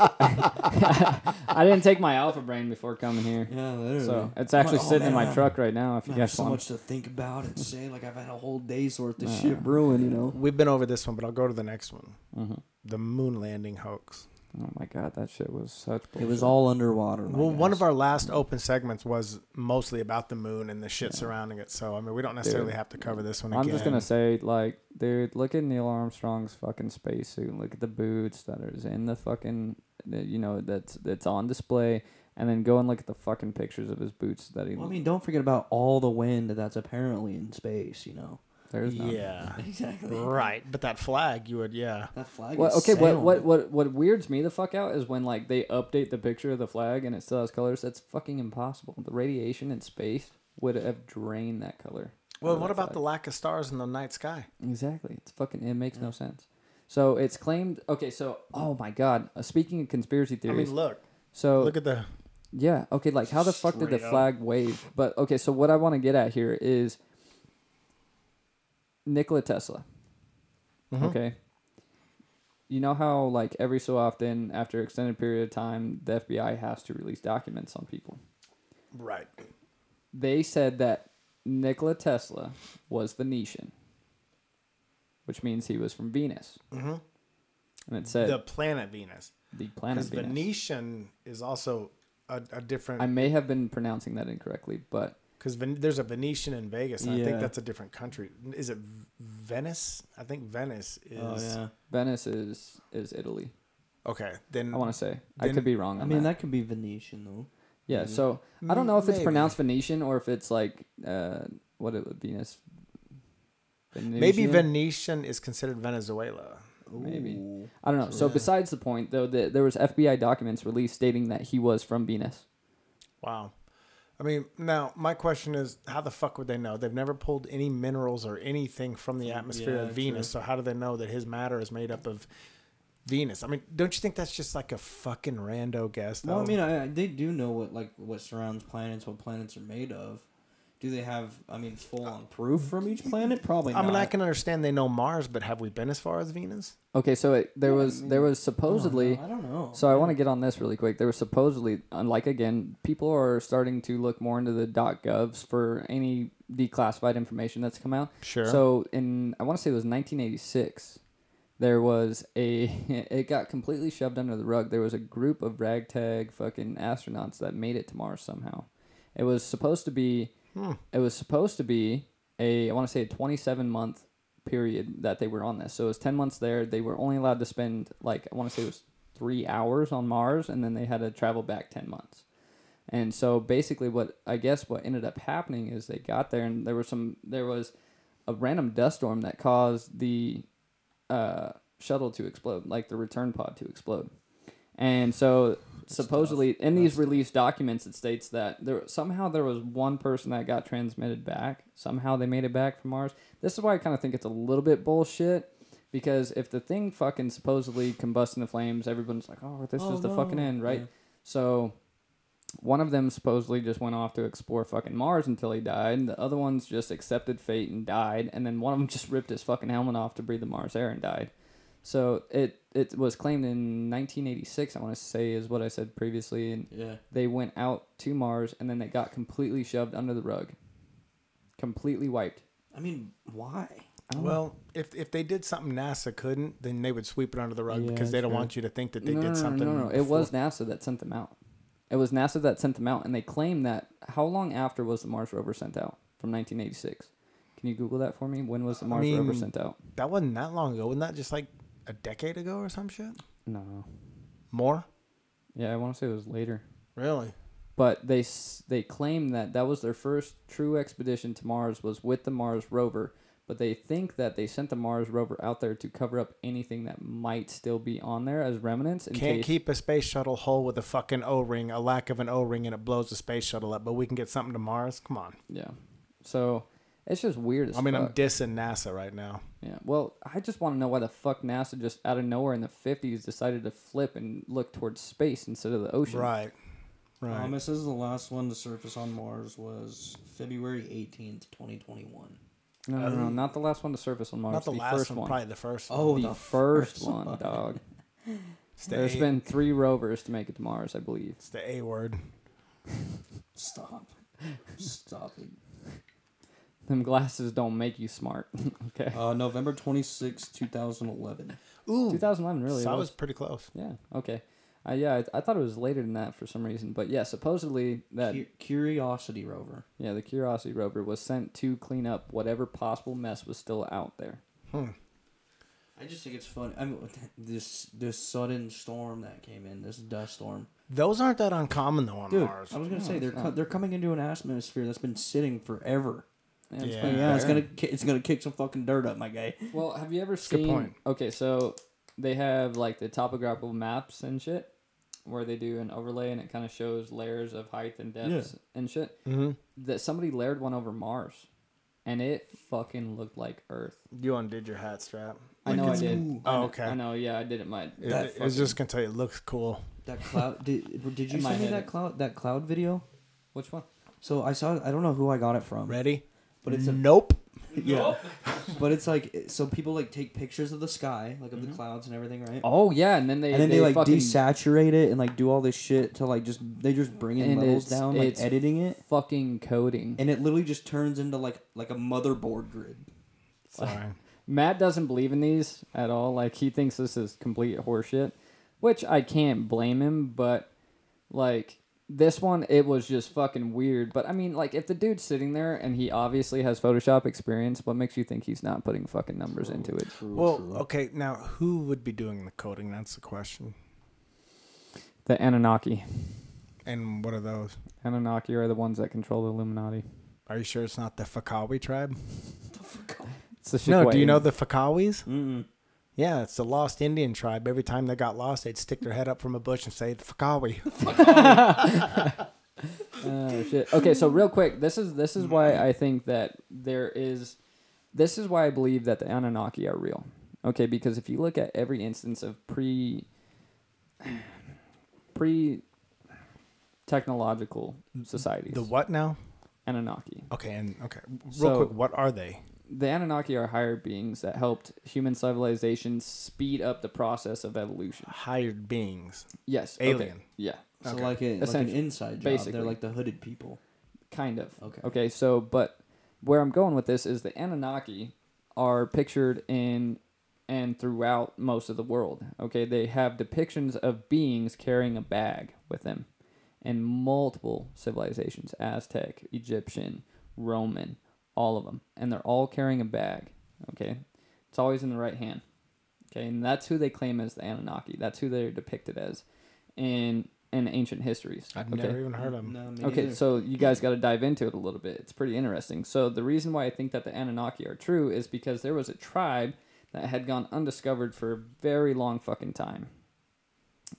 S3: I didn't take my alpha brain before coming here.
S2: Yeah, literally.
S3: So it's actually
S2: Oh,
S3: sitting in
S2: man,
S3: my
S2: I-
S3: truck right now. If you
S2: I have
S3: guys
S2: so
S3: want,
S2: much to think about and say. Like I've had a whole day's worth of
S3: Nah.
S2: shit brewing. You know.
S1: We've been over this one, but I'll go to the next one.
S3: Mhm.
S1: The moon landing hoax.
S3: oh my god, that shit was such. Bullshit.
S2: It was all
S3: Oh
S2: underwater. my
S1: Well, one
S2: guys.
S1: of our last open segments was mostly about the moon and the shit surrounding it. So, I mean, we don't necessarily
S3: Dude.
S1: have to cover this one
S3: I'm
S1: again.
S3: just gonna say, like, dude, look at Neil Armstrong's fucking spacesuit. Look at the boots that is in the fucking, that, you know, that's that's on display, and then go and look at the fucking pictures of his boots that he.
S2: Well, I mean, don't forget about all the wind that's apparently in space. You know.
S3: there's none.
S1: Yeah.
S2: Exactly.
S1: right. But that flag, you would, yeah.
S2: That flag.
S3: Well,
S2: is
S3: okay, what,
S2: sound.
S3: what what what weirds me the fuck out is when like they update the picture of the flag and it still has colors. That's fucking impossible. The radiation in space would have drained that color.
S1: Well,
S3: out of
S1: what
S3: that
S1: about
S3: flag.
S1: the lack of stars in the night sky?
S3: Exactly. It's fucking. It makes no sense. So it's claimed. Okay, so oh my god. Uh, speaking of conspiracy
S1: I
S3: theories,
S1: mean, look.
S3: so
S1: Look at the.
S3: yeah. Okay, like how the fuck did the
S1: Straight up.
S3: flag wave? But okay, so what I want to get at here is Nikola Tesla.
S1: Mm-hmm.
S3: Okay. You know how like every so often after extended period of time the FBI has to release documents on people.
S1: Right.
S3: They said that Nikola Tesla was Venetian, which means he was from Venus.
S1: hmm
S3: And it said
S1: The
S3: the,
S1: planet Venus.
S3: planet
S1: Because
S3: Venus.
S1: Venetian is also a, a
S3: I
S1: different.
S3: may have been pronouncing that incorrectly, but
S1: Because Ven- there's a Venetian in Vegas. and I
S2: Yeah.
S1: think that's a different country. Is it V- Venice? I think Venice is.
S2: Oh yeah.
S3: Venice is is Italy.
S1: Okay. Then
S3: I want to say. I
S1: Then-
S3: could be wrong. On
S2: I mean,
S3: that.
S2: that could be Venetian though.
S3: Yeah,
S2: Mhm.
S3: so I don't know if it's
S1: Maybe.
S3: pronounced Venetian or if it's like uh, what it would Venus.
S1: Maybe
S3: Venetian?
S1: Venetian is considered Venezuela.
S3: Maybe.
S2: Ooh.
S3: I don't know. So
S2: Yeah.
S3: besides the point, though, that there was FBI documents released stating that he was from Venus.
S1: Wow. I mean, now my question is, how the fuck would they know? They've never pulled any minerals or anything from the atmosphere
S2: Yeah,
S1: of Venus, so how do they know that his matter is made up of Venus? I mean, don't you think that's just like a fucking rando guess? Though?
S2: Well, I mean, I, I, they do know what like what surrounds planets, what planets are made of. Do they have? I mean, full on proof from each planet? Probably.
S1: I mean,
S2: not.
S1: I can understand they know Mars, but have we been as far as Venus?
S3: Okay, so it, there
S2: Yeah, I
S3: was
S2: mean,
S3: there was
S2: I don't know.
S3: supposedly.
S2: I don't know.
S3: So I want to get on this really quick. There was supposedly, unlike again, people are starting to look more into the .govs for any declassified information that's come out.
S1: Sure.
S3: So in I want to say it was 1986. There was a it got completely shoved under the rug. There was a group of ragtag fucking astronauts that made it to Mars somehow. It was supposed to be
S1: Hmm.
S3: it was supposed to be a I want to say a 27 month period that they were on this. So it was 10 months there. They were only allowed to spend like I want to say it was 3 hours on Mars and then they had to travel back 10 months. And so basically what I guess what ended up happening is they got there and there was some there was a random dust storm that caused the uh, shuttle to explode, like the return pod to explode. And so supposedly in these released documents it states that there somehow there was one person that got transmitted back. Somehow they made it back from Mars. This is why I kind of think it's a little bit bullshit because if the thing fucking supposedly combusts into flames, everyone's like, "Oh, this
S2: Oh,
S3: is the
S2: no."
S3: fucking end," right?
S2: Yeah.
S3: So one of them supposedly just went off to explore fucking Mars until he died. and The other one's just accepted fate and died. And then one of them just ripped his fucking helmet off to breathe the Mars air and died. So it it was claimed in 1986. I want to say is what I said previously, and
S2: Yeah.
S3: they went out to Mars and then they got completely shoved under the rug, completely wiped.
S2: I mean, why?
S3: I don't know.
S1: Well, if if they did something NASA couldn't, then they would sweep it under the rug
S2: Yeah,
S1: because they don't
S2: true.
S1: want you to think that they did something.
S3: No, no, no. It
S1: before.
S3: was NASA that sent them out. It was NASA that sent them out, and they claim that. How long after was the Mars rover sent out? From 1986. Can you Google that for me? When was the
S1: I
S3: Mars rover
S1: mean-
S3: sent out?
S1: that wasn't that long ago. Wasn't that just like a decade ago or some shit?
S3: No.
S1: More?
S3: Yeah, I want to say it was later.
S1: Really?
S3: But they s- they claim that that was their first true expedition to Mars was with the Mars rover. But they think that they sent the Mars rover out there to cover up anything that might still be on there as remnants. In
S1: Can't
S3: case,
S1: keep a space shuttle whole with a fucking O ring, a lack of an O ring, and it blows the space shuttle up. But we can get something to Mars. Come on.
S3: Yeah. So it's just weird. As
S1: I mean, I'm
S3: fuck.
S1: dissing NASA right now.
S3: Yeah. Well, I just want to know why the fuck NASA just out of nowhere in the 50s decided to flip and look towards space instead of the ocean.
S1: Right.
S3: Oh,
S1: Right.
S2: Um, it says the last one to surface on Mars was February 18th, 2021.
S3: No, no, no, not the last one to surface on Mars.
S1: Not the,
S3: first
S1: last one, probably the first one.
S2: Oh,
S3: the,
S2: the
S3: first,
S2: first
S3: one, dog.
S1: It's the,
S3: There's
S1: a,
S3: been three rovers to make it to Mars, I believe.
S1: it's the A word.
S2: Stop. Stop it.
S3: Them glasses don't make you smart. okay.
S2: Uh, November 26, 2011.
S1: Ooh.
S3: 2011 really
S1: so I
S3: was.
S1: was pretty close.
S3: Yeah. Okay. Uh, yeah, I, I thought it was later than that for some reason, but yeah, supposedly that
S2: Cu- Curiosity rover.
S3: yeah, the Curiosity rover was sent to clean up whatever possible mess was still out there.
S2: I just think it's funny. I mean, this this sudden storm that came in, this dust storm.
S1: Those aren't that uncommon though on
S2: Dude,
S1: Mars.
S2: I was gonna
S3: No,
S2: say
S3: it's
S2: they're co-
S3: not.
S2: they're coming into an atmosphere that's been sitting forever.
S3: And it's
S1: Yeah.
S3: been
S2: Yeah, it's
S3: there.
S2: gonna ki- it's gonna kick some fucking dirt up, my guy.
S3: Well, have you ever
S1: a good
S3: seen?
S1: point.
S3: Okay, so they have like the topographical maps and shit, where they do an overlay and it kind of shows layers of height and depth and shit.
S1: Mm-hmm.
S3: That somebody layered one over Mars, and it fucking looked like Earth.
S1: You undid your hat strap.
S3: I know I
S2: it's-
S3: did.
S2: ooh.
S1: Oh,
S3: I kn-
S1: okay.
S3: I know. Yeah, I did it. My
S1: It,
S2: That
S1: it- it's just gonna tell you it looks cool.
S2: That cloud did did you
S3: In my
S2: send me
S3: head.
S2: that cloud that cloud video?
S3: which one?
S2: So I saw I don't know who I got it from.
S1: Ready?
S2: But it's a-
S1: nope.
S2: Yeah. but it's like so people like take pictures of the sky, like of the clouds and everything, right?
S3: Oh yeah, and then they
S2: and then Mm-hmm. they, like
S3: fucking
S2: desaturate it and like do all this shit to like just they just bring in
S3: And
S2: levels
S3: it's-
S2: down, like
S3: it's-
S2: editing it,
S3: fucking coding.
S2: and it literally just turns into like like a motherboard grid.
S1: Sorry.
S3: Matt doesn't believe in these at all. Like he thinks this is complete horseshit, which I can't blame him. But like this one, it was just fucking weird. But I mean, like if the dude's sitting there and he obviously has Photoshop experience, what makes you think he's not putting fucking numbers into it?
S1: Well, okay. Now, who would be doing the coding? That's the question.
S3: The Anunnaki.
S1: And what are those?
S3: Anunnaki are the ones that control the Illuminati.
S1: Are you sure it's not the Fakawi tribe?
S3: It's the shit.
S1: No. Do you know the Fakawis?
S2: Mm-mm.
S1: Yeah, it's the lost Indian tribe. Every time they got lost, they'd stick their head up from a bush and say Fakawi.
S3: Oh shit. Okay, so real quick, this is this is why I think that there is this is why I believe that the Anunnaki are real. Okay, because if you look at every instance of pre pre technological societies,
S1: Mm, the what now?
S3: Anunnaki.
S1: Okay, and okay, real
S3: So-
S1: quick, what are they?
S3: The Anunnaki are higher beings that helped human civilization speed up the process of evolution.
S1: Hired beings.
S3: Yes. okay,
S1: Alien.
S3: Yeah.
S2: So
S1: Okay.
S2: like, a, like an
S3: Essentially.
S2: inside job.
S3: Basically.
S2: They're like the hooded people.
S3: Kind of.
S2: Okay.
S3: Okay, so but where I'm going with this is the Anunnaki are pictured in and throughout most of the world. Okay, they have depictions of beings carrying a bag with them in multiple civilizations Aztec, Egyptian, Roman, all of them. And they're all carrying a bag. Okay, it's always in the right hand. Okay, and that's who they claim as the Anunnaki. That's who they're depicted as in in ancient histories.
S1: I've
S3: okay?
S1: never even heard of them.
S2: No, me
S3: Okay,
S2: neither.
S3: so you guys got to dive into it a little bit. It's pretty interesting. So the reason why I think that the Anunnaki are true is because there was a tribe that had gone undiscovered for a very long fucking time.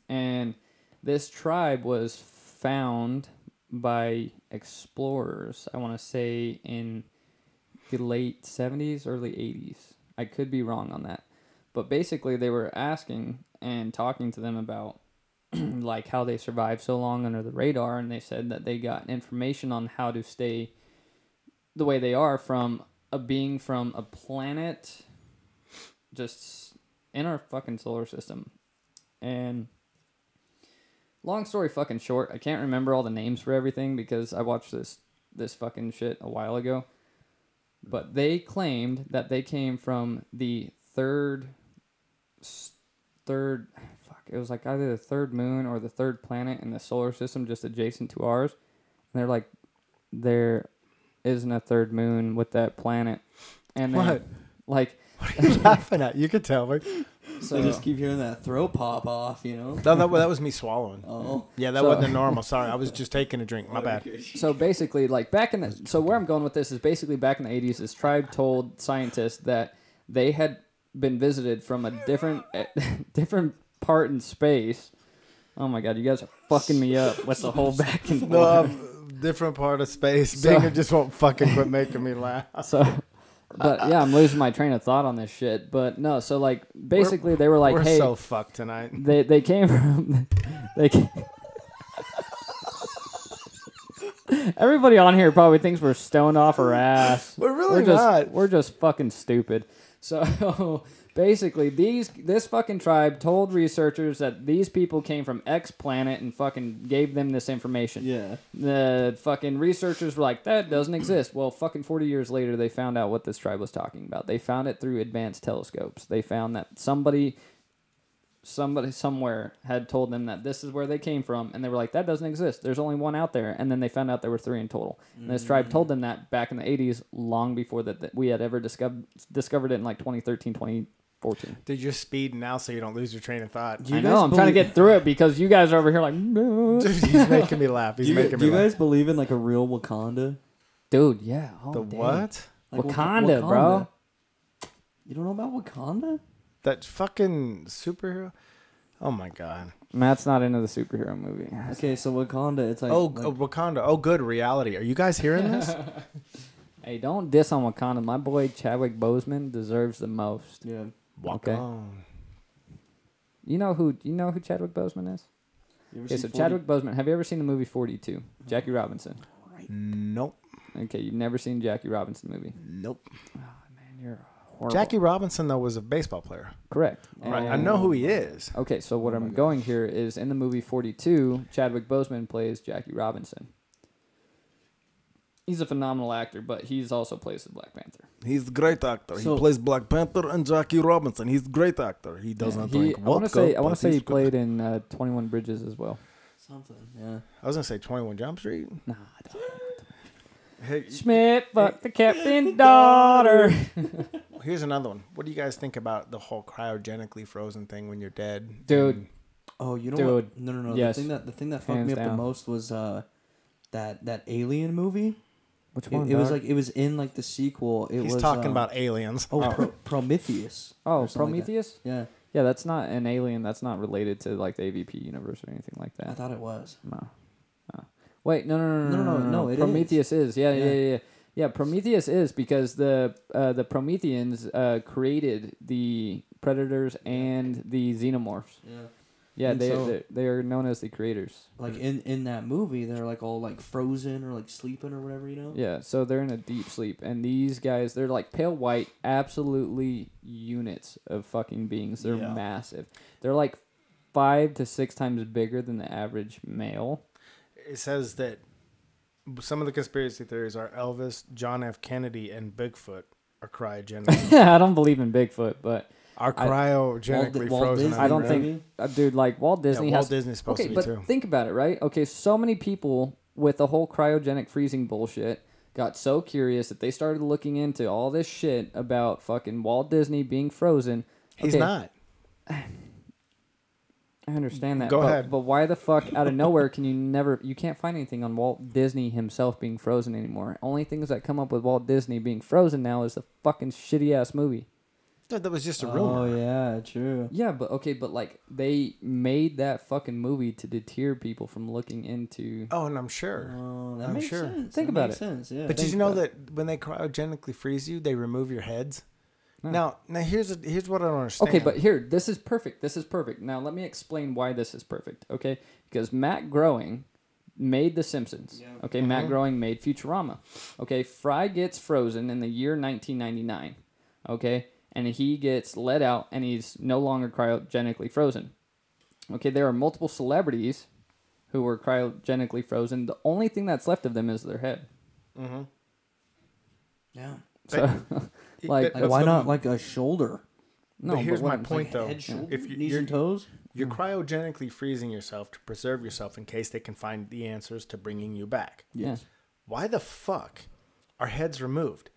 S3: And this tribe was found by explorers, I want to say in the late 70s, early 80s. I could be wrong on that. But basically they were asking and talking to them about like how they survived so long under the radar and they said that they got information on how to stay the way they are from a being from a planet just in our fucking solar system. And long story fucking short, I can't remember all the names for everything because I watched this this fucking shit a while ago. But they claimed that they came from the third s- third fuck, it was like either the third moon or the third planet in the solar system just adjacent to ours. And they're like there isn't a third moon with that planet. And then,
S1: What?
S3: like
S1: What are you laughing at? You could tell. Like,
S3: so
S2: I just keep hearing that throw pop off, you know?
S1: no, that, that was me swallowing.
S2: Oh.
S1: Yeah, that
S3: So-
S1: wasn't normal. Sorry, I was just taking a drink. My bad.
S3: So basically, like back in the so where I'm going with this is basically back in the 80s, this tribe told scientists that they had been visited from a different eh, different part in space. Oh my god, you guys are fucking me up with the whole back and forth.
S1: No, I'm- different part of space.
S3: So-
S1: Bingham just won't fucking quit making me laugh.
S3: So, but yeah, I'm losing my train of thought on this shit. But no, so like basically they were like,
S1: We're
S3: hey,
S1: so fucked tonight.
S3: they they came from they. Came, Everybody on here probably thinks we're stoned off our ass.
S1: We're really
S3: just,
S1: not.
S3: We're just fucking stupid. So basically, these this fucking tribe told researchers that these people came from X planet and fucking gave them this information.
S2: Yeah.
S3: The fucking researchers were like, that doesn't exist. Well, fucking 40 years later, they found out what this tribe was talking about. They found it through advanced telescopes. They found that somebody, somebody somewhere had told them that this is where they came from. And they were like, that doesn't exist. There's only one out there. And then they found out there were three in total. And this tribe told them that back in the 80s, long before that, that we had ever discovered, discovered it in like 2013, 2014.
S1: Dude, you're speeding now so you don't lose your train of thought.
S2: Do you
S3: I know,
S2: guys
S3: I'm trying to
S2: believe-
S3: get through it because you guys are over here like, "No."
S1: Dude, he's making me laugh. He's
S2: Do you,
S1: making
S2: do
S1: me
S2: you
S1: laugh.
S2: guys believe in like a real Wakanda?
S3: dude, yeah. all
S1: the
S3: day.
S1: what?
S2: Like Wak-
S3: Wakanda, bro.
S2: You don't know about Wakanda?
S1: That fucking superhero? Oh my god.
S3: Matt's not into the superhero movie.
S2: Okay, so Wakanda, it's like
S1: Oh,
S2: like-
S1: oh, Wakanda. Oh, good reality. Are you guys hearing this?
S3: Hey, don't diss on Wakanda. My boy Chadwick Boseman deserves the most.
S2: yeah.
S1: Walk
S3: Okay.
S1: on.
S3: You know who? You know who Chadwick Boseman is?
S2: You ever
S3: Okay,
S2: see
S3: so
S2: 40
S3: Chadwick Boseman. Have you ever seen the movie Forty Two? Jackie Robinson.
S1: Nope.
S3: Okay, you've never seen Jackie Robinson movie.
S1: Nope.
S3: Man, you're horrible.
S1: Jackie Robinson though was a baseball player.
S3: correct.
S1: Right. I
S3: And-
S1: know who he Oh is.
S3: Okay, so what I'm going here is in the movie Forty Two, Chadwick Boseman plays Jackie Robinson. He's a phenomenal actor, but he's also plays the Black Panther.
S1: He's a great actor.
S2: So-
S1: plays Black Panther and Jackie Robinson. He's a great actor. He does
S3: Yeah, he- I want to say I want to say he played in uh, Twenty One Bridges as well.
S2: something. Yeah.
S1: I was gonna say Twenty One Jump Street.
S3: Nah, I don't.
S1: Hey,
S3: Schmidt fucked the captain daughter.
S1: here's another one. What do you guys think about the whole cryogenically frozen thing when you're dead,
S3: Dude.
S2: Oh, you know
S3: Dude,
S2: what? No, no, no.
S3: yes.
S2: The thing that the thing that fucked
S3: Hands
S2: me up the
S3: down.
S2: most was uh that that alien movie.
S3: Which
S2: It, it was like it was in like the sequel. It
S1: He's
S2: was
S1: talking
S3: uh,
S2: um,
S1: about aliens.
S2: oh, Pro- Prometheus.
S3: oh
S2: or something like that.
S3: Prometheus. yeah, that's not an alien. That's not related to like the AVP universe or anything like
S2: yeah, I
S3: that.
S2: thought it was.
S3: No. no. Wait, no, no, no, no, no, no. no,
S2: no, it
S3: Prometheus is. Yeah, yeah,
S2: Yeah.
S3: yeah, yeah. Yeah, Prometheus is because the uh, the Prometheans uh, created the predators and the xenomorphs.
S2: Yeah.
S3: Yeah,
S2: And
S3: they
S2: so-
S3: they they are known as the creators.
S2: Like in in that movie, they're like all like frozen or like sleeping or whatever, you know.
S3: Yeah, so they're in a deep sleep, and these guys, they're like pale white, absolutely units of fucking beings. They're
S2: Yeah.
S3: massive. They're like five to six times bigger than the average male.
S1: It says that some of the conspiracy theories are Elvis, John F. Kennedy, and Bigfoot are cryogenic.
S3: I don't believe in Bigfoot, but
S1: are
S3: I-
S2: Walt,
S1: cryogenically
S2: Di- Walt
S1: frozen.
S2: Disney.
S3: I don't
S2: right?
S3: think- uh, dude, like Walt
S1: Yeah,
S3: Disney
S1: Walt
S3: has.
S1: Disney's supposed
S3: okay,
S1: to be
S3: but
S1: too.
S3: think about it, right? Okay, so many people with the whole cryogenic freezing bullshit got so curious that they started looking into all this shit about fucking Walt Disney being frozen.
S1: He's
S3: Okay,
S1: not.
S3: I understand that.
S1: Go
S3: but,
S1: ahead.
S3: But why the fuck out of nowhere can you never? You can't find anything on Walt Disney himself being frozen anymore. Only things that come up with Walt Disney being frozen now is the fucking shitty ass movie.
S1: That, that was just a
S2: Oh
S1: rumor.
S2: yeah, true.
S3: Yeah, but okay, but like they made that fucking movie to deter people from looking into.
S1: Oh, and I'm sure.
S2: Oh, that
S1: I'm
S2: makes
S1: sure.
S2: sense.
S3: Think
S2: that
S3: about
S2: makes
S3: it.
S2: Sense. Yeah.
S1: But did
S3: think
S1: you know
S3: about
S1: that when they cryogenically freeze you, they remove your heads?
S2: Hmm.
S3: No.
S1: Now, now here's a, here's what I don't understand.
S3: Okay, but here, this is perfect. This is perfect. Now let me explain why this is perfect. Okay, because Matt Groening made The Simpsons.
S2: Yeah. uh-huh.
S3: Okay, Matt Groening made Futurama. Okay, Fry gets frozen in the year 1999. Okay, and he gets let out and he's no longer cryogenically frozen. Okay, there are multiple celebrities who were cryogenically frozen. The only thing that's left of them is their head.
S1: Mm-hmm.
S2: Yeah.
S3: So, like,
S2: Like
S4: What's
S2: why
S4: the-
S2: not like a shoulder,
S3: no,
S1: but here's
S3: what
S1: my
S3: I'm
S1: point, though.
S2: head, shoulder,
S1: If you,
S2: knees
S1: you're,
S2: and toes?
S1: you're cryogenically freezing yourself to preserve yourself in case they can find the answers to bringing you back.
S3: Yes.
S1: Why the fuck are heads removed?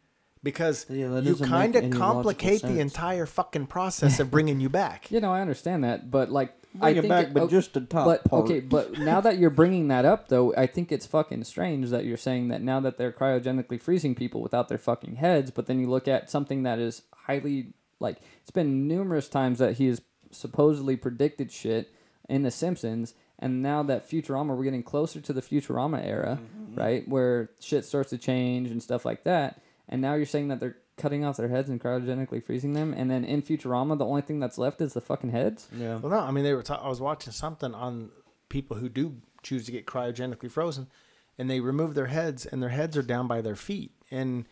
S1: Because
S2: Yeah, that
S1: you
S2: doesn't make
S1: kind of
S2: any
S1: complicate
S2: logical
S1: the
S2: sense.
S1: entire fucking process of bringing you back.
S3: You know, I understand that, but like,
S2: Bring
S3: I
S2: it
S3: think
S2: back, but
S3: o-
S2: just the top
S3: but,
S2: part.
S3: Okay, but now that you're bringing that up, though, I think it's fucking strange that you're saying that now that they're cryogenically freezing people without their fucking heads, but then you look at something that is highly like it's been numerous times that he has supposedly predicted shit in The Simpsons, and now that Futurama, we're getting closer to the Futurama era, right, where shit starts to change and stuff like that, and now you're saying that they're cutting off their heads and cryogenically freezing them, and then in Futurama, the only thing that's left is the fucking heads.
S2: Yeah.
S1: Well, no, I mean they were. Ta- I was watching something on people who do choose to get cryogenically frozen, and they remove their heads, and their heads are down by their feet, and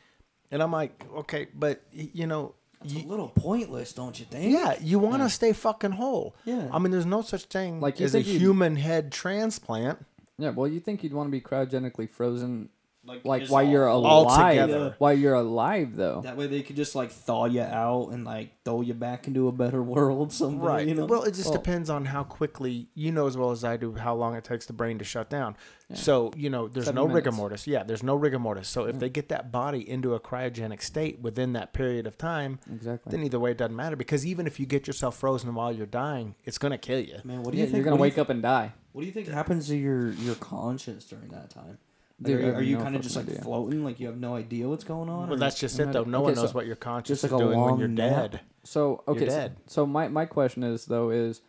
S1: and I'm like, okay, but y- you know,
S2: It's a
S1: you,
S2: little pointless, don't you think?
S1: yeah, you want to stay fucking whole.
S2: Yeah.
S1: I mean, there's no such thing
S3: Like,
S1: like
S3: you
S1: as a
S3: think you'd-
S1: human head transplant.
S3: Yeah, well, you think you'd want to be cryogenically frozen,
S2: Like,
S3: like, while you're alive,
S1: together.
S3: while you're alive though.
S2: That way they could just like thaw you out and like throw you back into a better world someday.
S1: Right.
S2: You know?
S1: Well, it just
S3: Well-
S1: depends on how quickly you know as well as I do how long it takes the brain to shut down. So you know, there's
S3: Seven
S1: no rigor
S3: minutes.
S1: mortis. Yeah, there's no rigor mortis. So if they get that body into a cryogenic state within that period of time,
S3: Exactly.
S1: then either way it doesn't matter because even if you get yourself frozen while you're dying, it's gonna kill you.
S2: Man, what do
S3: yeah,
S2: you think?
S3: you're gonna
S2: what do you
S3: wake up and die.
S2: What do you think happens to your your conscience during that time? Like,
S3: Dude, I
S2: are,
S3: have
S2: are you
S3: no
S2: kind of just like
S3: fucking idea.
S2: floating, like you have no idea what's going on?
S1: Well,
S2: or-
S1: that's just it though. No
S3: Okay,
S1: one knows
S3: so-
S1: what your conscious
S2: Just like
S1: is
S2: a
S1: doing when
S2: long
S1: you're
S2: nap.
S1: dead.
S3: So okay, so-
S1: dead.
S3: So, my my question is though is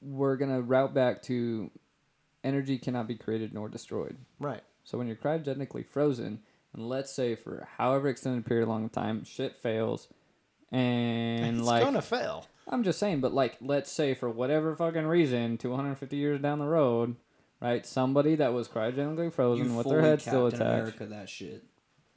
S3: we're gonna route back to energy cannot be created nor destroyed.
S1: Right.
S3: So when you're cryogenically frozen, and let's say for however extended period long of time, shit fails, and
S1: it's
S3: like
S1: gonna fail.
S3: I'm just saying, but like, let's say for whatever fucking reason, 250 years down the road, right? Somebody that was cryogenically
S2: you
S3: frozen with their
S2: fully
S3: head still
S2: Captain
S3: attached.
S2: America, that shit.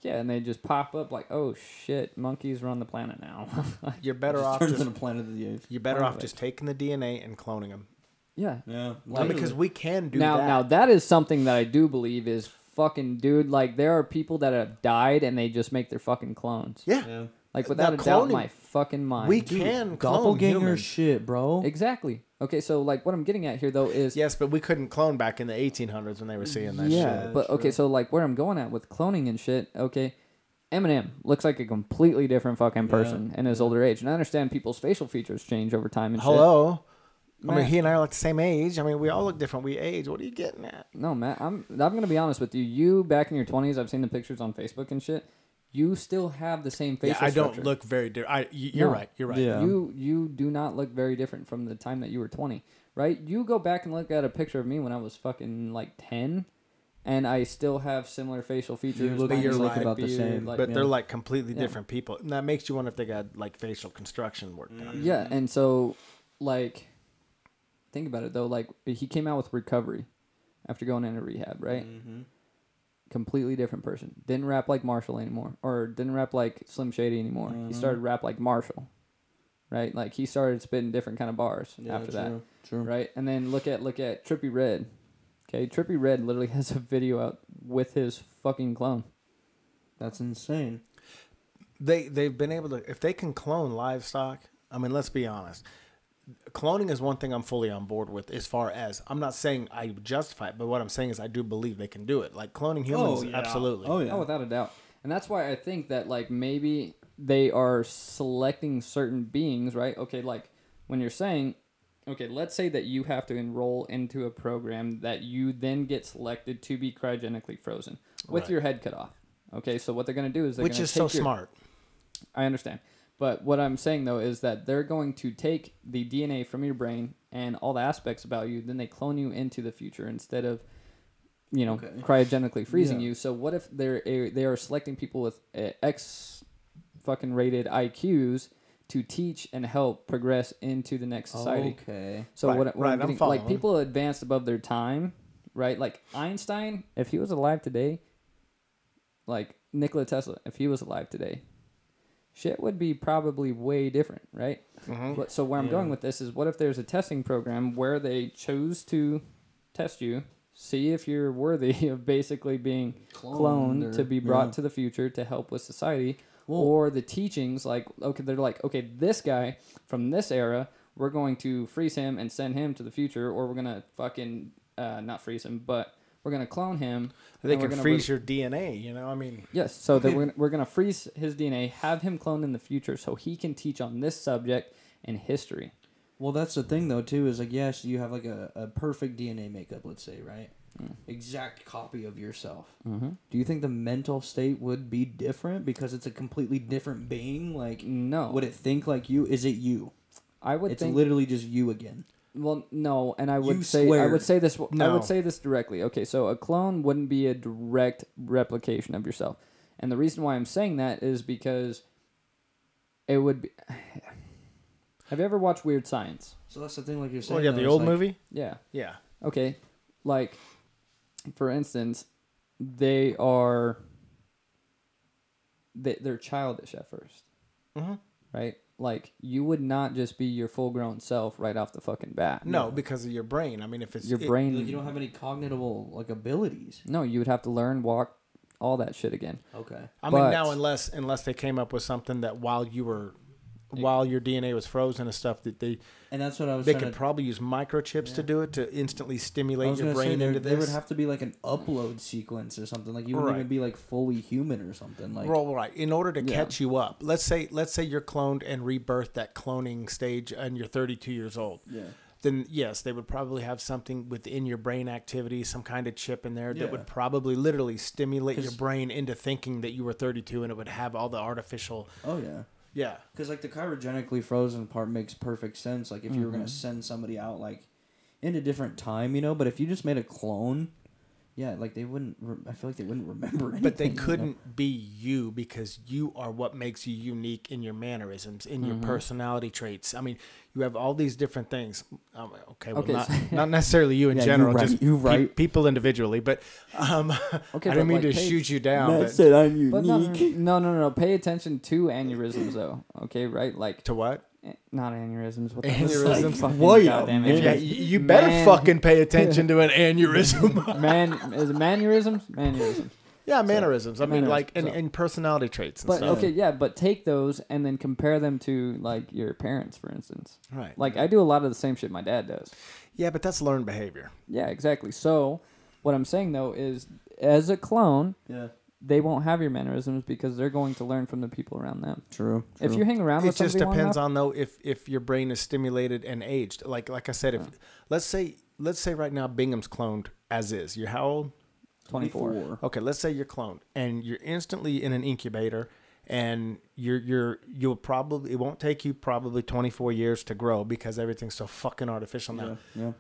S3: Yeah, and they just pop up like, oh shit, monkeys run the planet now.
S1: You're better
S2: Just
S1: off
S2: turns
S1: just
S2: into Planet of the Apes.
S1: you're better off
S3: Perfect.
S1: just taking the DNA and cloning them.
S3: yeah.
S2: Yeah,
S1: because we can do
S3: now,
S1: that.
S3: now that is something that I do believe is fucking dude. Like, there are people that have died and they just make their fucking clones.
S1: yeah.
S2: yeah.
S3: Like,
S1: Now,
S3: without a doubt,
S1: cloning-
S3: in my fucking mind.
S1: We can clone
S2: doppelganger
S1: humans.
S2: shit, bro.
S3: exactly. Okay, so like, what I'm getting at here though is
S1: Yes, but we couldn't clone back in the 1800s when they were seeing that
S3: yeah,
S1: shit.
S3: but okay, so like where I'm going at with cloning and shit, okay, Eminem looks like a completely different fucking person in his older age, and I understand people's facial features change over time and shit.
S1: Hello. I mean,
S3: Matt.
S1: he and I are like the same age. I mean, we all look different. We age. What are you getting at?
S3: No, Matt, I'm I'm gonna be honest with you. You back in your 20s, I've seen the pictures on Facebook and shit. You still have the same facial. structure.
S1: very different. I,
S3: you're No. right,
S1: You're
S2: right. Yeah.
S3: You you do not look very different from the time that you were 20, right? You go back and look at a picture of me when I was fucking like 10, and I still have similar facial features.
S2: look-
S3: my
S2: but you're
S3: neck,
S1: right.
S2: about the
S3: beard,
S2: same,
S3: like-
S1: But
S2: Yeah.
S1: they're like completely
S3: Yeah.
S1: different people. And that makes you wonder if they got like facial construction work done.
S3: Yeah, and so like think about it though, like he came out with recovery after going into rehab,
S2: Mm-hmm.
S3: right? Completely different person. Didn't rap like Marshall anymore or didn't rap like Slim Shady anymore.
S2: Mm-hmm.
S3: He started rap like Marshall. Right? Like he started spitting different kind of bars
S2: Yeah,
S3: after
S2: true,
S3: that.
S2: true.
S3: Right? And then look at look at Trippy Red. Okay, Trippy Red literally has a video out with his fucking clone.
S2: That's insane.
S1: They they've been able to if they can clone livestock. I mean, let's be honest. Cloning is one thing I'm fully on board with. As far as I'm not saying I justify it, but what I'm saying is I do believe they can do it. Like cloning humans,
S2: yeah.
S1: absolutely.
S2: Oh yeah.
S3: Oh, without a doubt. And that's why I think that like maybe they are selecting certain beings, right? Okay, like when you're saying, okay, let's say that you have to enroll into a program that you then get selected to be cryogenically frozen with
S1: Right.
S3: your head cut off. Okay, so what they're going to do is they're
S1: Which
S3: gonna
S1: is so
S3: take your-
S1: smart.
S3: I understand. But what I'm saying though is that they're going to take the DNA from your brain and all the aspects about you, then they clone you into the future instead of, you know,
S2: Okay.
S3: cryogenically freezing
S2: Yeah.
S3: you. So what if they're a, they are selecting people with uh, X fucking rated IQs to teach and help progress into the next society?
S2: Okay.
S3: So
S1: Right,
S3: what, what
S1: right,
S3: I'm
S1: I'm
S3: getting, like
S1: following.
S3: people advanced above their time, right? Like Einstein, if he was alive today, like Nikola Tesla, if he was alive today, shit would be probably way different, right?
S1: Mhm.
S3: But- So where I'm going with this is, what if there's a testing program where they chose to test you, see if you're worthy of basically being cloned,
S2: Cloned or-
S3: to be brought
S2: yeah.
S3: to the future to help with society,
S2: Well-
S3: or the teachings like okay, they're like okay, this guy from this era, we're going to freeze him and send him to the future, or we're gonna fucking uh, not freeze him, but we're gonna clone him. and
S1: They
S3: we're
S1: can
S3: gonna
S1: freeze your DNA, you know? I mean,
S3: Yes, so that we're, we're going to freeze his DNA, have him cloned in the future so he can teach on this subject in history.
S2: Well, that's the thing though too is like yes, you have like a, a perfect DNA makeup, let's say, right?
S3: Mm.
S2: Exact copy of yourself. Mm-hmm. Do you think the mental state would be different because it's a completely different being? Like,
S3: No.
S2: would it think like you? Is it you?
S3: I would
S2: it's
S3: think
S2: literally just you again.
S3: well no, and I would
S2: You
S3: say I
S2: swear.
S3: would say this I
S1: No.
S3: would say this directly. Okay, so a clone wouldn't be a direct replication of yourself. And the reason why I'm saying that is because it would be Have you ever watched Weird Science?
S2: So that's the thing, like you're saying.
S1: well, yeah,
S2: though,
S1: the
S2: it's
S1: old
S2: like-
S1: movie?
S3: Yeah.
S1: Yeah.
S3: Okay. Like, for instance, they are. They, they're childish at 1st
S1: Mhm.
S3: Right? Like, you would not just be your full grown self right off the fucking bat.
S1: No, because of your brain. I mean, if it's
S3: Your
S1: it-
S3: brain.
S2: Like you don't have any cognitable like abilities.
S3: no, you would have to learn, walk, all that shit again.
S2: Okay.
S1: I
S3: But-
S1: mean, now unless unless they came up with something that while you were, while your DNA was frozen and stuff, that they
S2: And that's what I was
S1: they
S2: trying
S1: could
S2: to.
S1: probably use microchips to do it to instantly
S2: I
S1: stimulate
S2: was
S1: your
S2: gonna say
S1: brain
S2: there,
S1: into
S2: there would
S1: this.
S2: have to be like an upload sequence or something. Like you wouldn't
S1: Right.
S2: even be like fully human or something. Like
S1: Well, right. In order to
S3: Yeah.
S1: catch you up, let's say let's say you're cloned and rebirthed that cloning stage, and you're 32 years old.
S2: Yeah.
S1: Then yes, they would probably have something within your brain activity, some kind of chip in there
S2: Yeah.
S1: that would probably literally stimulate your
S2: 'Cause-
S1: brain into thinking that you were 32, and it would have all the artificial.
S2: Oh yeah.
S1: Yeah.
S2: Because like the cryogenically frozen part makes perfect sense. Like if you were gonna send somebody out like in a different time, you know. But if you just made a clone, yeah, like they wouldn't. Re- I feel like they wouldn't remember anything.
S1: But they
S2: you know?
S1: couldn't be you because you are what makes you unique in your mannerisms, in
S3: Mm-hmm.
S1: your personality traits. I mean, you have all these different things. Um, okay, well,
S3: Okay,
S1: not,
S3: so-
S1: not necessarily you in
S2: Yeah, you
S1: general,
S2: right,
S1: just
S2: you
S1: pe-
S2: right.
S1: people individually. But um,
S3: Okay,
S1: I
S3: but
S1: don't mean
S3: like
S1: to
S3: Paige-
S1: shoot you down. But
S2: said I'm
S3: But no, no, no, no, no. Pay attention to aneurysms, though. Okay, right? Like,
S1: to what?
S3: eh, not aneurysms. What the hell is
S1: Aneurysms.
S3: that fucking
S2: Wait a
S3: goddamn
S2: minute.
S3: it.
S1: Yeah, y- you better
S3: Man.
S1: fucking pay attention to an aneurysm.
S3: Man, is it mannerisms? Mannerisms.
S1: yeah, mannerisms. I mean,
S3: Mannerisms,
S1: like and,
S3: so.
S1: and personality traits and
S3: But
S1: stuff.
S3: okay, yeah, but take those and then compare them to like your parents, for instance.
S1: Right.
S3: Like I do a lot of the same shit my dad does.
S1: yeah, but that's learned behavior.
S3: Yeah, exactly. So what I'm saying though is, as a clone,
S2: Yeah.
S3: they won't have your mannerisms because they're going to learn from the people around them.
S2: True.
S3: If you hang around
S1: it
S3: with
S1: just
S3: somebody long
S1: depends
S3: enough-
S1: on though if if your brain is stimulated and aged like like i said if let's say let's say right now bingham's cloned as is you're how old
S3: 24.
S1: okay let's say you're cloned and you're instantly in an incubator and you're you're you'll probably it won't take you probably 24 years to grow because everything's so fucking artificial now
S2: Yeah. yeah.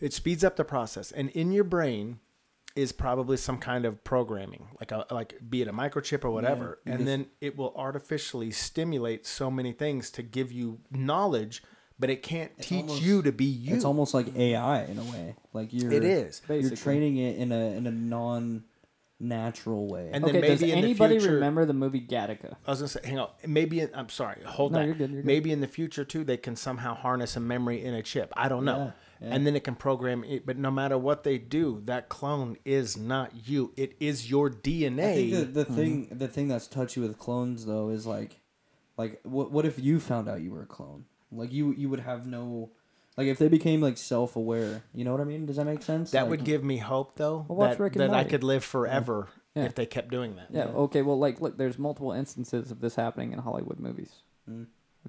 S1: it speeds up the process and in your brain is probably some kind of programming like a like be it a microchip or whatever
S2: Yeah,
S1: and
S2: because-
S1: then it will artificially stimulate so many things to give you knowledge but it can't teach
S2: almost-
S1: you to be you
S2: It's almost like AI in a way. Like you're.
S1: it is
S3: Basically.
S2: You're training it in a in a non natural way.
S1: And-
S3: Okay,
S1: then
S3: does
S1: maybe in the
S3: anybody
S1: future-
S3: remember the movie Gattaca?
S1: I was gonna say, hang on. Maybe in, I'm sorry. Hold
S3: No,
S1: on.
S3: you're good, you're good.
S1: Maybe in the future too, they can somehow harness a memory in a chip. I don't know.
S2: Yeah,
S1: And then it can program it. But no matter what they do, that clone is not you. It is your DNA.
S2: I think the, the thing the thing that's touchy with clones though is like, like what what if you found out you were a clone? Like you you would have no, like if they became like self aware. You know what I mean? Does that make sense?
S1: that
S2: Like,
S1: would give me hope though
S3: Well, watch
S1: that,
S3: Rick and
S1: that I
S3: Morty.
S1: could live forever
S3: Yeah.
S1: if they kept doing that.
S3: Yeah, okay, well, like, look, there's multiple instances of this happening in Hollywood movies.
S1: Mm-hmm.
S2: Mm.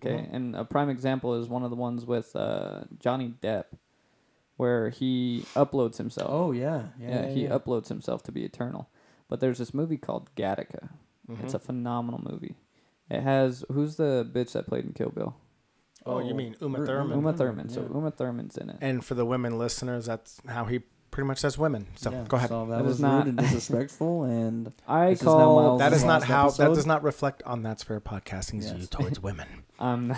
S3: Okay, and a prime example is one of the ones with uh, Johnny Depp, where he uploads himself.
S2: Oh yeah, yeah.
S3: yeah, he
S2: yeah.
S3: uploads himself to be eternal. But there's this movie called Gattaca.
S2: Mm-hmm.
S3: It's a phenomenal movie. It has who's the bitch that played in Kill Bill?
S1: Oh, you mean Uma
S2: Uma
S1: Thurman?
S3: Uma Thurman. So
S2: yeah.
S3: Uma Thurman's in it.
S1: And for the women listeners, that's how he pretty much says women. So
S2: Yeah,
S1: go ahead.
S2: So that
S3: That
S2: was
S3: is not-
S2: rude and disrespectful, and
S3: I
S2: This is now
S3: call
S2: Miles'
S1: that is not
S2: last
S1: how. That
S2: episode?
S1: does not reflect on that's fair podcasting's
S2: Yes.
S3: Um,
S1: view towards women.
S3: I'm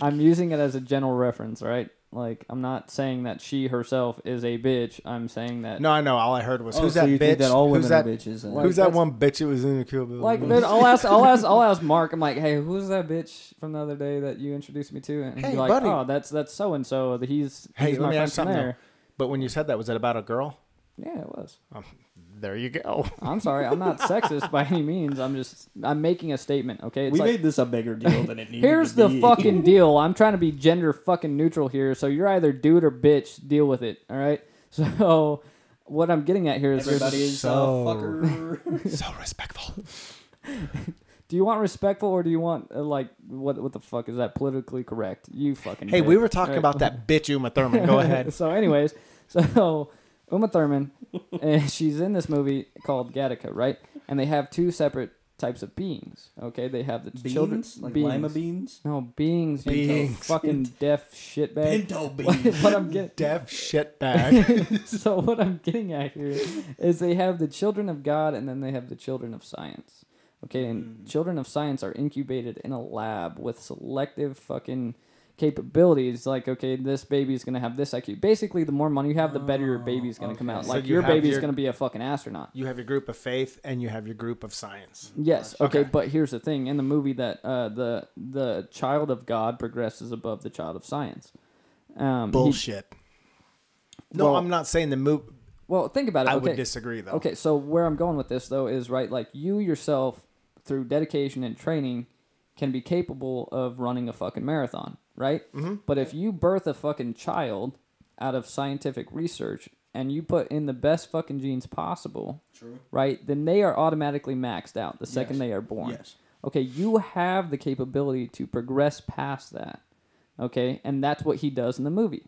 S3: I'm using it as a general reference, right? Like, I'm not saying that she herself is a bitch. I'm saying that.
S1: No, I know. All I heard was
S2: Oh,
S1: who's
S2: so
S1: that
S2: you
S1: bitch?
S2: think that all women
S1: who's that?
S2: are bitches? then?
S3: Like,
S1: who's that
S3: that's-
S1: one bitch that was in the Kill Bill?
S3: Like,
S1: movie?
S3: then I'll ask, I'll ask, I'll ask Mark. I'm like, hey, who's that bitch from the other day that you introduced me to? And he's
S1: Hey,
S3: like,
S1: buddy.
S3: oh, that's that's so and so. He's
S1: Hey,
S3: he's
S1: let
S3: my
S1: me
S3: friend
S1: ask
S3: from
S1: something,
S3: there.
S1: But when you said that, was it about a girl?
S3: Yeah, it was.
S1: There you go.
S3: I'm sorry, I'm not sexist by any means. I'm just I'm making a statement. Okay, it's
S2: we
S3: like,
S2: made this a bigger deal than it needed.
S3: Here's
S2: to
S3: the
S2: be.
S3: fucking deal. I'm trying to be gender fucking neutral here, so you're either dude or bitch. Deal with it. All right. So what I'm getting at here is, there's-
S2: Everybody is
S1: So-
S2: a fucker.
S1: so respectful.
S3: do you want respectful or do you want uh, like what what the fuck is that politically correct? You fucking.
S1: Hey,
S3: bitch.
S1: we were talking
S3: All right.
S1: about that bitch Uma Thurman. Go ahead.
S3: so, anyways, so Uma Thurman, and she's in this movie called Gattaca, right? And they have two separate types of beings. Okay, they have the
S2: beans,
S3: children
S2: like
S3: beings.
S2: lima beans,
S3: No beings, you
S1: Beings.
S3: fucking deaf shitbag.
S2: pinto beans.
S3: what I'm getting
S1: Deaf shitbag.
S3: so what I'm getting at here is they have the children of God and then they have the children of science. Okay,
S1: Hmm.
S3: and children of science are incubated in a lab with selective fucking capabilities. Like, okay, this baby's gonna have this IQ. Basically, the more money you have, the better your baby's gonna come
S1: Oh,
S3: out.
S1: So
S3: Like,
S1: you
S3: your
S1: have
S3: baby's
S1: your-
S3: gonna be a fucking astronaut.
S1: you have your group of faith and you have your group of science.
S3: Yes. Okay.
S1: Okay.
S3: But here's the thing: in the movie, that uh, the the child of God progresses above the child of science. Um, he-
S1: Bullshit. no,
S3: Well-
S1: I'm not saying the move.
S3: well, think about it.
S1: I
S3: okay.
S1: would disagree though.
S3: Okay, so where I'm going with this though is right, like you yourself through dedication and training can be capable of running a fucking marathon, right?
S2: Mm-hmm.
S3: But if you birth a fucking child out of scientific research and you put in the best fucking genes possible,
S2: True.
S3: right? Then they are automatically maxed out the second
S2: Yes.
S3: they are born.
S2: Yes.
S3: Okay, you have the capability to progress past that. Okay, and that's what he does in the movie.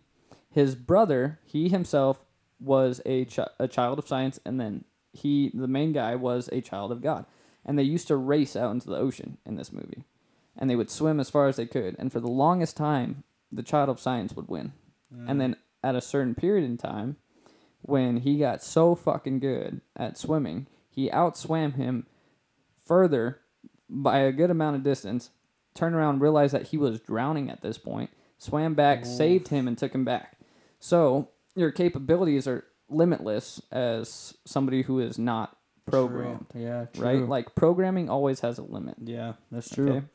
S3: His brother, he himself was a ch- a child of science, and then he, the main guy, was a child of God. And they used to race out into the ocean in this movie, and they would swim as far as they could. And for the longest time, the child of science would win. And then at a certain period in time, when he got so fucking good at swimming, he outswam him further by a good amount of distance, turned around, realized that he was drowning at this point, swam back, saved him, and took him back. So your capabilities are limitless as somebody who is not programmed,
S2: True. Yeah. True.
S3: right? Like programming always has a limit.
S2: yeah, that's true.
S3: Okay?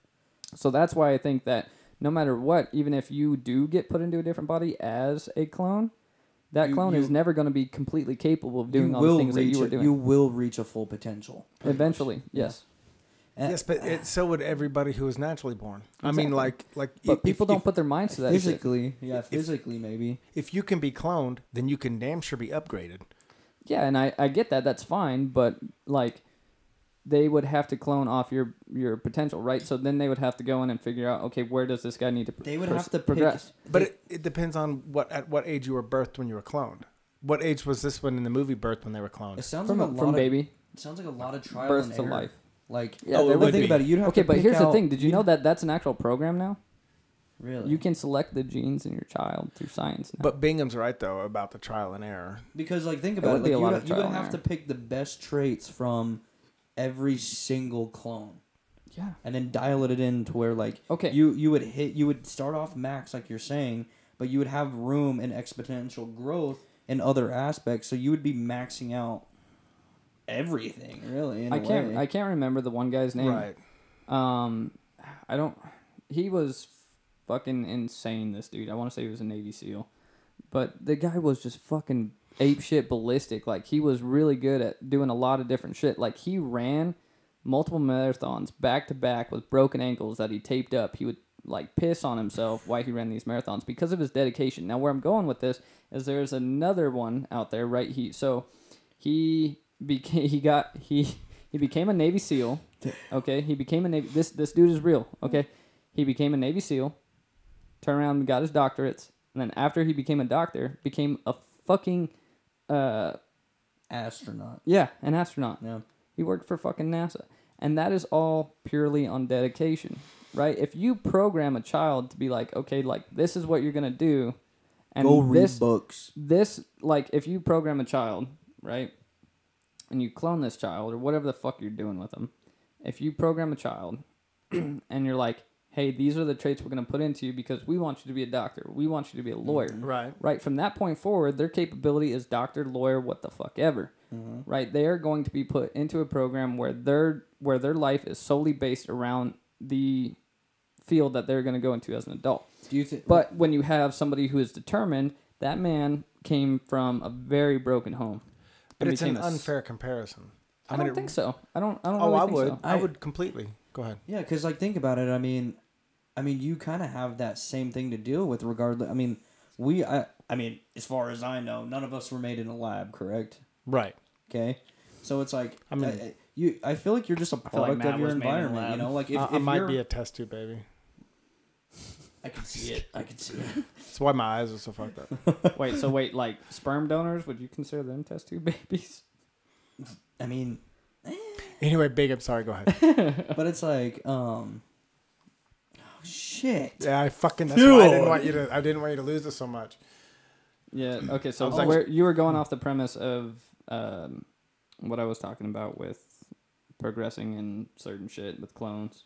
S3: So that's why I think that no matter what, even if you do get put into a different body as a clone, that
S2: You-
S3: clone
S2: you-
S3: is never going to be completely capable of doing
S2: you
S3: all the
S2: will
S3: things that
S2: reach
S3: you were
S2: a-
S3: doing.
S2: You will reach a full potential.
S3: Eventually, yes.
S2: Uh,
S1: Yes, but it, so would everybody who was naturally born. I mean,
S3: Exactly.
S1: like, like
S3: But
S1: if-
S3: people
S1: if-
S3: don't put their minds to that. shit.
S2: physically, yeah, physically maybe.
S1: if you can be cloned, then you can damn sure be upgraded.
S3: Yeah, and I, I get that. That's fine, but like they would have to clone off your your potential, right? So then they would have to go in and figure out, okay, where does this guy need to pr-
S2: They would
S3: pers-
S2: have to pick-
S3: progress?
S1: But it, it depends on what at what age you were birthed when you were cloned. What age was this one in the movie birthed when they were
S2: It
S1: cloned?
S2: sounds
S3: From,
S2: like a
S3: a-
S2: lot
S3: from
S2: of,
S3: baby.
S2: It sounds like a lot of trial
S3: Birth
S2: and
S3: to
S2: error.
S3: life.
S2: Like
S3: Yeah, there
S2: but
S3: would
S2: think
S3: be.
S2: about it. You'd have
S3: Okay,
S2: to
S3: but
S2: pick
S3: here's the
S2: out-
S3: thing. Did you
S2: you'd-
S3: know that that's an actual program now?
S2: Really,
S3: You can select the genes in your child through science now.
S1: But Bingham's right though about the trial and error.
S2: because like think about
S3: would
S2: it.
S3: be
S2: Like,
S3: a
S2: you,
S3: lot
S2: would,
S3: of
S2: you would
S3: trial and
S2: have to
S3: error.
S2: pick the best traits from every single clone.
S3: yeah.
S2: and then dial it in to where like
S3: Okay.
S2: you you would hit you would start off max like you're saying but you would have room and exponential growth in other aspects so you would be maxing out everything really in
S3: I
S2: a
S3: can't
S2: way.
S3: I can't remember the one guy's name.
S1: Right.
S3: Um I don't he was fucking insane this dude. I want to say he was a Navy SEAL. But the guy was just fucking ape shit ballistic. Like he was really good at doing a lot of different shit. Like he ran multiple marathons back to back with broken ankles that he taped up. He would like piss on himself why he ran these marathons because of his dedication. Now where I'm going with this is there's another one out there, right? He so he became he got he he became a Navy SEAL. Okay, he became a Navy. This this dude is real. Okay, he became a Navy SEAL. Turned around, and got his doctorates, and then after he became a doctor, became a fucking uh
S2: astronaut
S3: yeah an astronaut.
S2: yeah
S3: He worked for fucking NASA. And that is all purely on dedication, right? If you program a child to be like, okay, like this is what you're gonna do, and
S2: go read
S3: this
S2: books
S3: this like if you program a child right and you clone this child or whatever the fuck you're doing with them if you program a child and you're like hey, these are the traits we're going to put into you because we want you to be a doctor. We want you to be a lawyer.
S1: Right.
S3: Right. From that point forward, their capability is doctor, lawyer, what the fuck ever. Right. They are going to be put into a program where their where their life is solely based around the field that they're going to go into as an adult.
S2: Do you think?
S3: But when you have somebody who is determined, that man came from a very broken home.
S1: But
S3: and
S1: it's an
S3: became a s-
S1: unfair comparison.
S3: I,
S1: mean,
S3: don't
S1: it-
S3: think so. I don't. I don't.
S1: Oh,
S3: really
S1: I
S3: think
S1: would.
S3: So.
S1: I
S2: I-
S1: would completely. Go ahead.
S2: yeah, because like think about it. I mean, I mean, you kind of have that same thing to deal with, regardless. I mean, we. I. I mean, as far as I know, none of us were made in a lab, correct?
S1: Right.
S2: Okay, so it's like I
S1: mean-
S2: mean, you. I feel like you're just a
S3: feel like
S2: product
S3: Matt
S2: of your
S3: was made in a
S2: environment. You
S3: lab.
S2: know, like if,
S1: I,
S2: if
S1: I might
S2: you're,
S1: be a test tube baby.
S2: I can see it. I can see it.
S1: That's why my eyes are so fucked up.
S3: wait. So wait. Like sperm donors, would you consider them test tube babies?
S2: I mean,
S1: anyway, big. I'm sorry. Go ahead.
S2: but it's like, um, oh shit.
S1: Yeah, I fucking. That's why I
S2: Dude.
S1: didn't want you to. I didn't want you to lose this so much.
S3: Yeah. Okay.
S1: I
S3: So
S1: was like-
S3: Oh, where you were going off the premise of um, what I was talking about with progressing in certain shit with clones.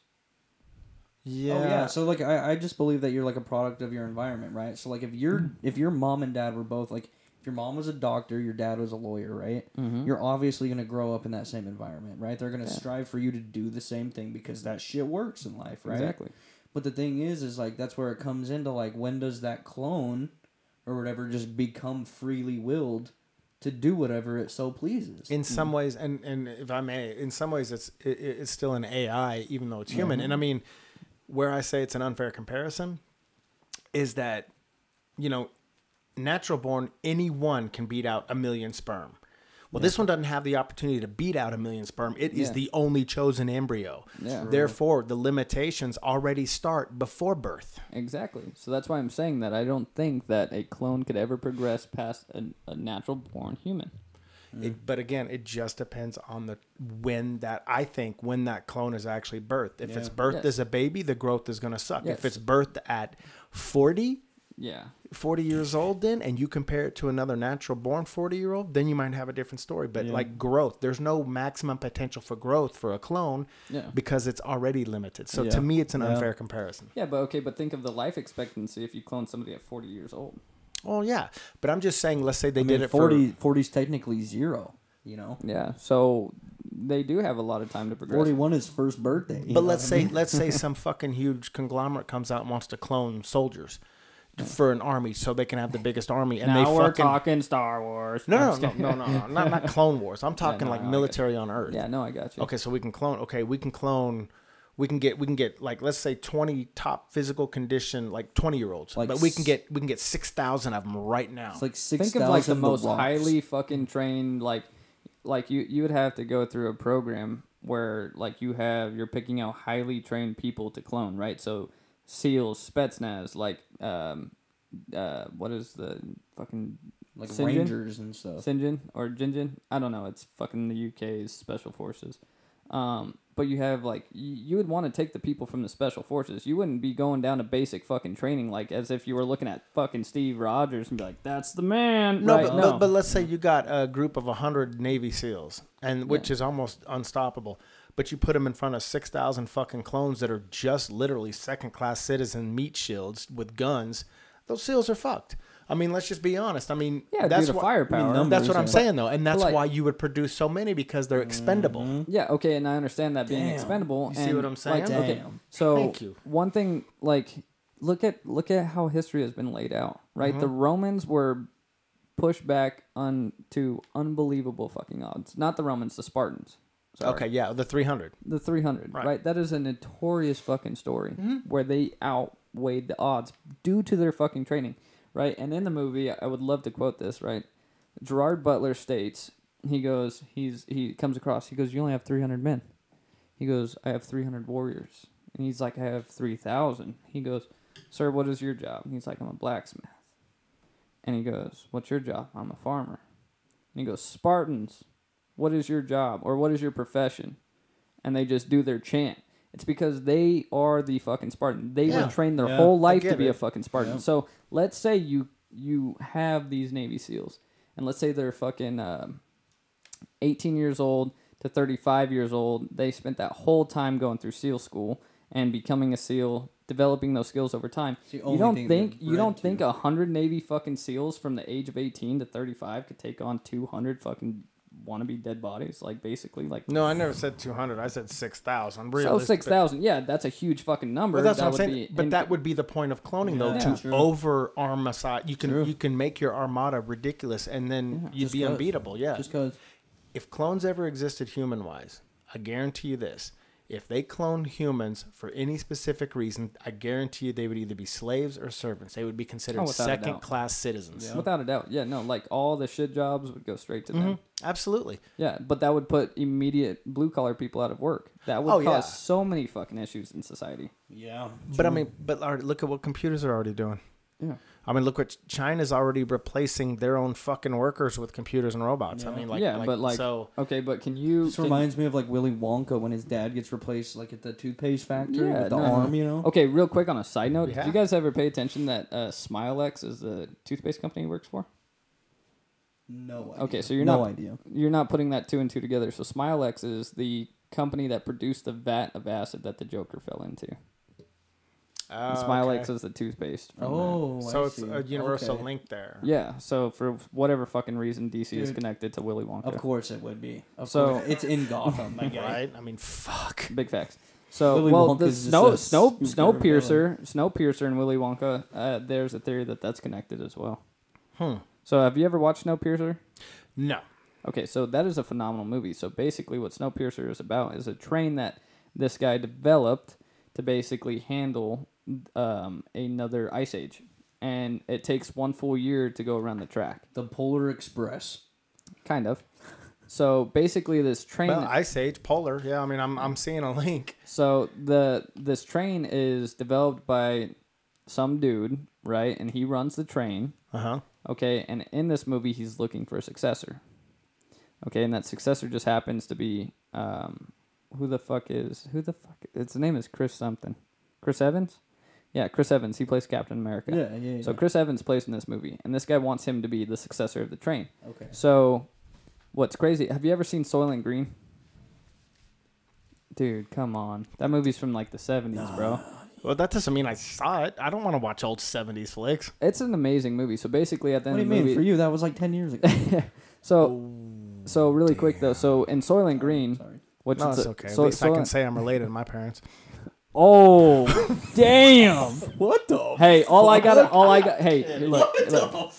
S1: Yeah.
S2: Oh yeah. So like I, I just believe that you're like a product of your environment, right? So like if your
S3: Mm.
S2: if your mom and dad were both like if your mom was a doctor, your dad was a lawyer, right?
S3: Mm-hmm.
S2: You're obviously gonna grow up in that same environment, right? They're gonna
S3: Yeah.
S2: strive for you to do the same thing because that shit works in life, right?
S3: Exactly.
S2: But the thing is, is like that's where it comes into like when does that clone or whatever just become freely willed to do whatever it so pleases?
S1: in some ways, and and if I may, in some ways, it's it, it- it's still an AI, even though it's human. And I mean, where I say it's an unfair comparison is that, you know, natural born anyone can beat out a million sperm. Well, this one doesn't have the opportunity to beat out a million sperm. It is
S3: Yeah.
S1: the only chosen embryo.
S3: Yeah. True.
S1: Therefore, the limitations already start before birth.
S3: Exactly. So that's why I'm saying that I don't think that a clone could ever progress past a, a natural born human.
S2: Mm.
S1: It, but again, it just depends on the when that I think when that clone is actually birthed. If it's
S2: Yeah.
S1: birthed
S3: Yes.
S1: as a baby, the growth is going to suck. If
S3: Yes.
S1: it's birthed at 40,
S3: Yeah.
S1: 40 years old then and you compare it to another natural born 40 year old, then you might have a different story. But like growth, there's no maximum potential for growth for a clone
S3: Yeah.
S1: because it's already limited. So
S2: Yeah.
S1: to me it's an
S2: Yeah.
S1: unfair comparison.
S3: Yeah, but okay, but think of the life expectancy if you clone somebody at 40 years old.
S1: Oh yeah, but I'm just saying let's say they
S2: I mean,
S1: did it
S2: 40
S1: for
S2: 40 is technically zero, you know.
S3: Yeah. So they do have a lot of time to progress.
S2: 41 is first birthday. you know
S1: But let's
S2: what I
S1: say let's say some fucking huge conglomerate comes out and wants to clone soldiers for an army so they can have the biggest army and
S3: now
S1: they
S3: we're
S1: fucking
S3: talking Star Wars.
S1: no
S3: I'm
S1: no
S3: just
S1: no, no no no not not clone wars. I'm talking
S3: no,
S1: like
S3: no, I get
S1: military on Earth.
S3: kidding. Yeah, no, I got you.
S1: Okay, so we can clone. Okay, we can clone. We can get we can get like let's say 20 top physical condition like 20 year olds,
S2: Like
S1: but we
S2: s-
S1: can get we can get 6,000 of them right now.
S2: It's like six.
S3: Think of like the most highly fucking trained like like you you would have to go through a program where like you have you're picking out highly trained people to clone, right? So SEALs, Spetsnaz, like um uh what is the fucking
S2: like
S3: Sinjin?
S2: rangers and stuff.
S3: Sinjin or Jinjin. I don't know. It's fucking the UK's special forces. Um, but you have like you, you would want to take the people from the special forces. You wouldn't be going down to basic fucking training like as if you were looking at fucking Steve Rogers and be like, "That's the man."
S1: no,
S3: right?
S1: but, but, but let's say you got a group of 100 Navy SEALs, and which is almost unstoppable. But you put them in front of 6,000 fucking clones that are just literally second class citizen meat shields with guns. Those SEAls are fucked. I mean, let's just be honest. I mean,
S3: yeah,
S1: that's
S3: that's due to
S1: why-
S3: firepower.
S2: numbers.
S1: That's what
S2: Yeah.
S1: I'm saying though, and that's
S3: like- Mm-hmm.
S1: why you would produce so many because they're expendable.
S3: Yeah, okay, and I understand that being
S2: Damn.
S3: expendable.
S1: You see
S3: and,
S1: what I'm
S3: like,
S1: saying?
S3: okay,
S2: Damn.
S3: so
S1: Thank you.
S3: one thing, like, look at look at how history has been laid out, right? The
S1: Mm-hmm.
S3: Romans were pushed back on to unbelievable fucking odds. Not the Romans, the Spartans. Sorry.
S1: Okay, yeah, the 300.
S3: the 300 right.
S1: Right. Mm-hmm.
S3: that is a notorious fucking story where they outweighed the odds due to their fucking training right and in the movie i would love to quote this right gerard butler states he goes he's he comes across he goes you only have 300 men he goes i have 300 warriors and he's like i have 3000 he goes sir what is your job and he's like i'm a blacksmith and he goes what's your job i'm a farmer and he goes spartans what is your job or what is your profession and they just do their chant. It's because they are the fucking Spartan. They
S1: Yeah.
S3: were trained their
S2: Yeah.
S3: whole
S2: I
S3: life to
S1: get
S3: be a
S1: it.
S3: fucking Spartan. So let's say you you have these Navy SEALs, and let's say they're fucking um 18 years old to 35 years old. They spent that whole time going through SEAL school, and becoming a seal, developing those skills over time.
S2: It's the
S3: You
S2: only
S3: don't
S2: thing they're
S3: think you don't
S2: bred
S3: think
S2: to.
S3: a hundred Navy fucking seals from the age of eighteen to thirty five could take on two hundred fucking wannabe dead bodies? Like basically, like
S1: No, I never said 200. I said 6,000.
S3: so
S1: Realistic-
S3: six thousand. Yeah, that's a huge fucking number.
S1: But that's
S3: that
S1: what I'm
S3: would
S1: saying.
S3: be
S1: But
S3: in-
S1: that would be the point of cloning, though,
S2: Yeah,
S1: to
S2: true.
S1: over armicide. You can
S2: True.
S1: you can make your armada ridiculous, and then you'd
S2: Just
S1: be
S2: 'cause.
S1: unbeatable. Yeah.
S2: Just because.
S1: if clones ever existed human wise, I guarantee you this. If they clone humans for any specific reason, I guarantee you they would either be slaves or servants. They would be considered
S3: Oh, without a doubt.
S1: second class citizens.
S3: without a doubt. Yeah, no, like all the shit jobs would go straight to them.
S1: Mm-hmm. Absolutely.
S3: Yeah, but that would put immediate blue collar people out of work. That would
S1: Oh,
S3: cause
S1: yeah.
S3: so many fucking issues in society.
S2: Yeah.
S1: But I mean, but already- look at what computers are already doing.
S3: Yeah.
S1: I mean, look what China's already replacing their own fucking workers with computers and robots. I mean, like,
S3: yeah, but like
S1: so.
S3: okay, but can you
S2: This
S3: can-
S2: reminds me of like Willy Wonka when his dad gets replaced, like at the toothpaste factory
S3: Yeah,
S2: with the
S3: no, no.
S2: arm, you know.
S3: Okay, real quick on a side note,
S1: Yeah.
S3: did you guys ever pay attention that uh, Smilex is the toothpaste company he works for?
S2: No. Idea.
S3: Okay, so you're
S2: no
S3: not-
S2: idea.
S3: You're not putting that two and two together. So Smilex is the company that produced the vat of acid that the Joker fell into.
S1: Oh,
S3: And Smilex
S1: okay.
S3: is the toothpaste. From that.
S2: Oh,
S1: So
S2: I
S1: it's
S2: see.
S1: a universal
S2: Okay.
S1: link there.
S3: Yeah. So for whatever fucking reason, DC is
S2: Dude.
S3: connected to Willy Wonka.
S2: Of course it would be. Of
S3: So-
S2: course. it's in Gotham, my guy.
S1: Right? I mean, fuck.
S3: Big facts. So
S2: Willy
S3: well, the
S2: Wonka's just
S3: snow,
S2: a
S3: snow,
S2: stupid
S3: snow piercer, snow piercer, and Willy Wonka. Uh, there's a theory that that's connected as well.
S1: Hmm.
S3: So have you ever watched Snowpiercer?
S1: No.
S3: Okay, so that is a phenomenal movie. So basically, what Snowpiercer is about is a train that this guy developed to basically handle um, another ice age, and it takes one full year to go around the track,
S2: The Polar Express.
S3: kind of. So basically, this train.
S1: Well, Ice Age, Polar. Yeah, I mean, I'm, I'm seeing a link.
S3: So the this train is developed by some dude, right? And he runs the train.
S1: Uh huh.
S3: Okay, and in this movie, he's looking for a successor. Okay, and that successor just happens to be um, who the fuck is who the fuck? Its name is Chris something, Chris Evans. Yeah, Chris Evans. He plays Captain America.
S2: Yeah, yeah, yeah.
S3: So Chris Evans plays in this movie, and this guy wants him to be the successor of the train.
S2: Okay.
S3: So, what's crazy? Have you ever seen Soylent Green? Dude, come on. That movie's from like the 70s, bro.
S1: Well, that doesn't mean I saw it. I don't want to watch old 70s flicks.
S3: It's an amazing movie. So basically at the
S2: What
S3: end
S2: do you
S3: of the
S2: mean?
S3: movie
S2: For you, that was like ten years ago.
S3: So so really quick though. So in Soylent Green,
S2: Sorry.
S3: which
S1: Oh, No,
S3: is
S1: it's
S3: a-
S1: okay.
S3: so-
S1: At least I can
S3: Soylent-
S1: say I'm related to my parents.
S3: Oh, damn.
S2: What the?
S3: Hey, all I got all I got Hey, look. look.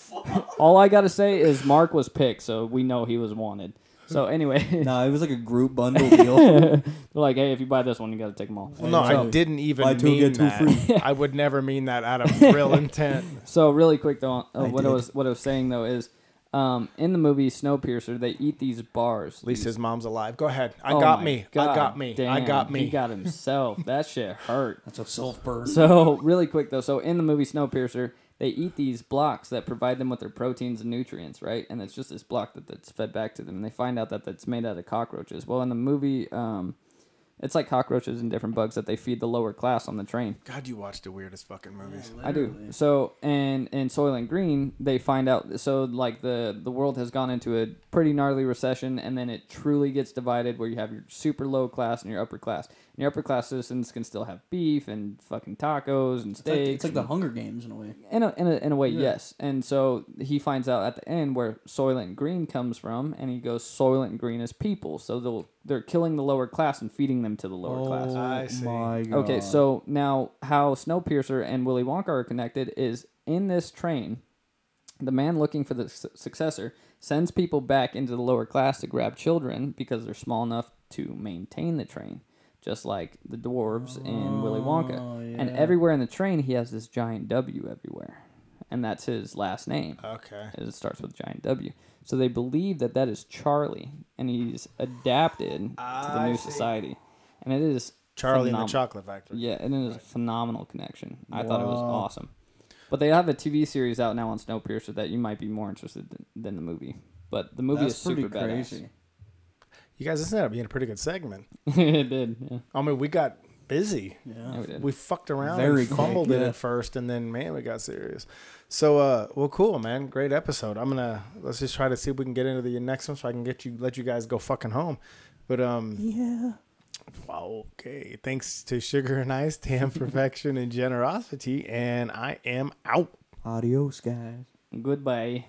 S3: All I got to say is Mark was picked, so we know he was wanted. So anyway,
S2: Nah, it was like a group bundle deal.
S3: They're like, hey, if you buy this one, you got to take them all.
S1: Well, no, I
S2: So,
S1: didn't even
S2: buy two,
S1: mean
S2: get two
S1: that. I would never mean that out of real intent.
S3: So really quick though, uh,
S2: I
S3: what I
S2: did.
S3: was what I was saying though is, um, in the movie Snowpiercer, they eat these bars.
S1: At least
S3: These-
S1: his mom's alive. Go ahead. I
S3: Oh
S1: got
S3: my
S1: me. I
S3: God
S1: got me. I
S3: damn,
S1: got me.
S3: He got himself. that shit hurt.
S2: That's a self burn.
S3: So really quick though, so in the movie Snowpiercer, they eat these blocks that provide them with their proteins and nutrients, right? And it's just this block that, that's fed back to them. And they find out that that's made out of cockroaches. Well, in the movie, um, it's like cockroaches and different bugs that they feed the lower class on the train.
S1: God, you watch the weirdest fucking movies.
S3: I do. So and in Soylent Green, they find out. So like the the world has gone into a pretty gnarly recession, and then it truly gets divided, where you have your super low class and your upper class. And your upper class citizens can still have beef and fucking tacos and
S2: It's like,
S3: steaks.
S2: it's like the
S3: and-
S2: Hunger Games in a way.
S3: in a, in a, in a way,
S2: Yeah.
S3: yes. And so he finds out at the end where Soylent Green comes from, and he goes, Soylent Green is people. So they'll, they're killing the lower class and feeding them to the lower class.
S2: Oh,
S1: I see.
S2: my god.
S3: Okay, so now how Snowpiercer and Willy Wonka are connected is in this train, the man looking for the su- successor sends people back into the lower class to grab children because they're small enough to maintain the train, just like the dwarves in Willy Wonka.
S1: Oh,
S3: And
S2: yeah.
S3: everywhere in the train, he has this giant W everywhere, and that's his last name.
S1: Okay.
S3: It starts with giant W. So they believe that that is Charlie, and he's adapted to the
S1: I
S3: new
S1: see.
S3: society, and it is
S1: Charlie and
S3: phenomenal.
S1: the Chocolate Factory.
S3: Yeah, and it is a phenomenal connection. I thought it was awesome. But they have a TV series out now on Snowpiercer that you might be more interested in, than the movie. But the movie
S2: that's
S3: is
S2: pretty
S3: super
S2: crazy.
S1: You guys, this ended up being a pretty good segment.
S3: badass. it did. Yeah,
S1: I mean, we got busy.
S2: Yeah.
S3: yeah, we did.
S1: We fucked around
S2: Very
S1: and fumbled
S2: quick,
S1: it
S2: yeah.
S1: at first, and then man, we got serious. So, uh, well, cool, man. Great episode. I'm gonna let's just try to see if we can get into the next one, so I can get you let you guys go fucking home. But um,
S2: Yeah.
S1: Wow, okay. Thanks to Sugar and Ice, Tam Perfection, and Generosity. And I am out.
S2: Adios, guys.
S3: Goodbye.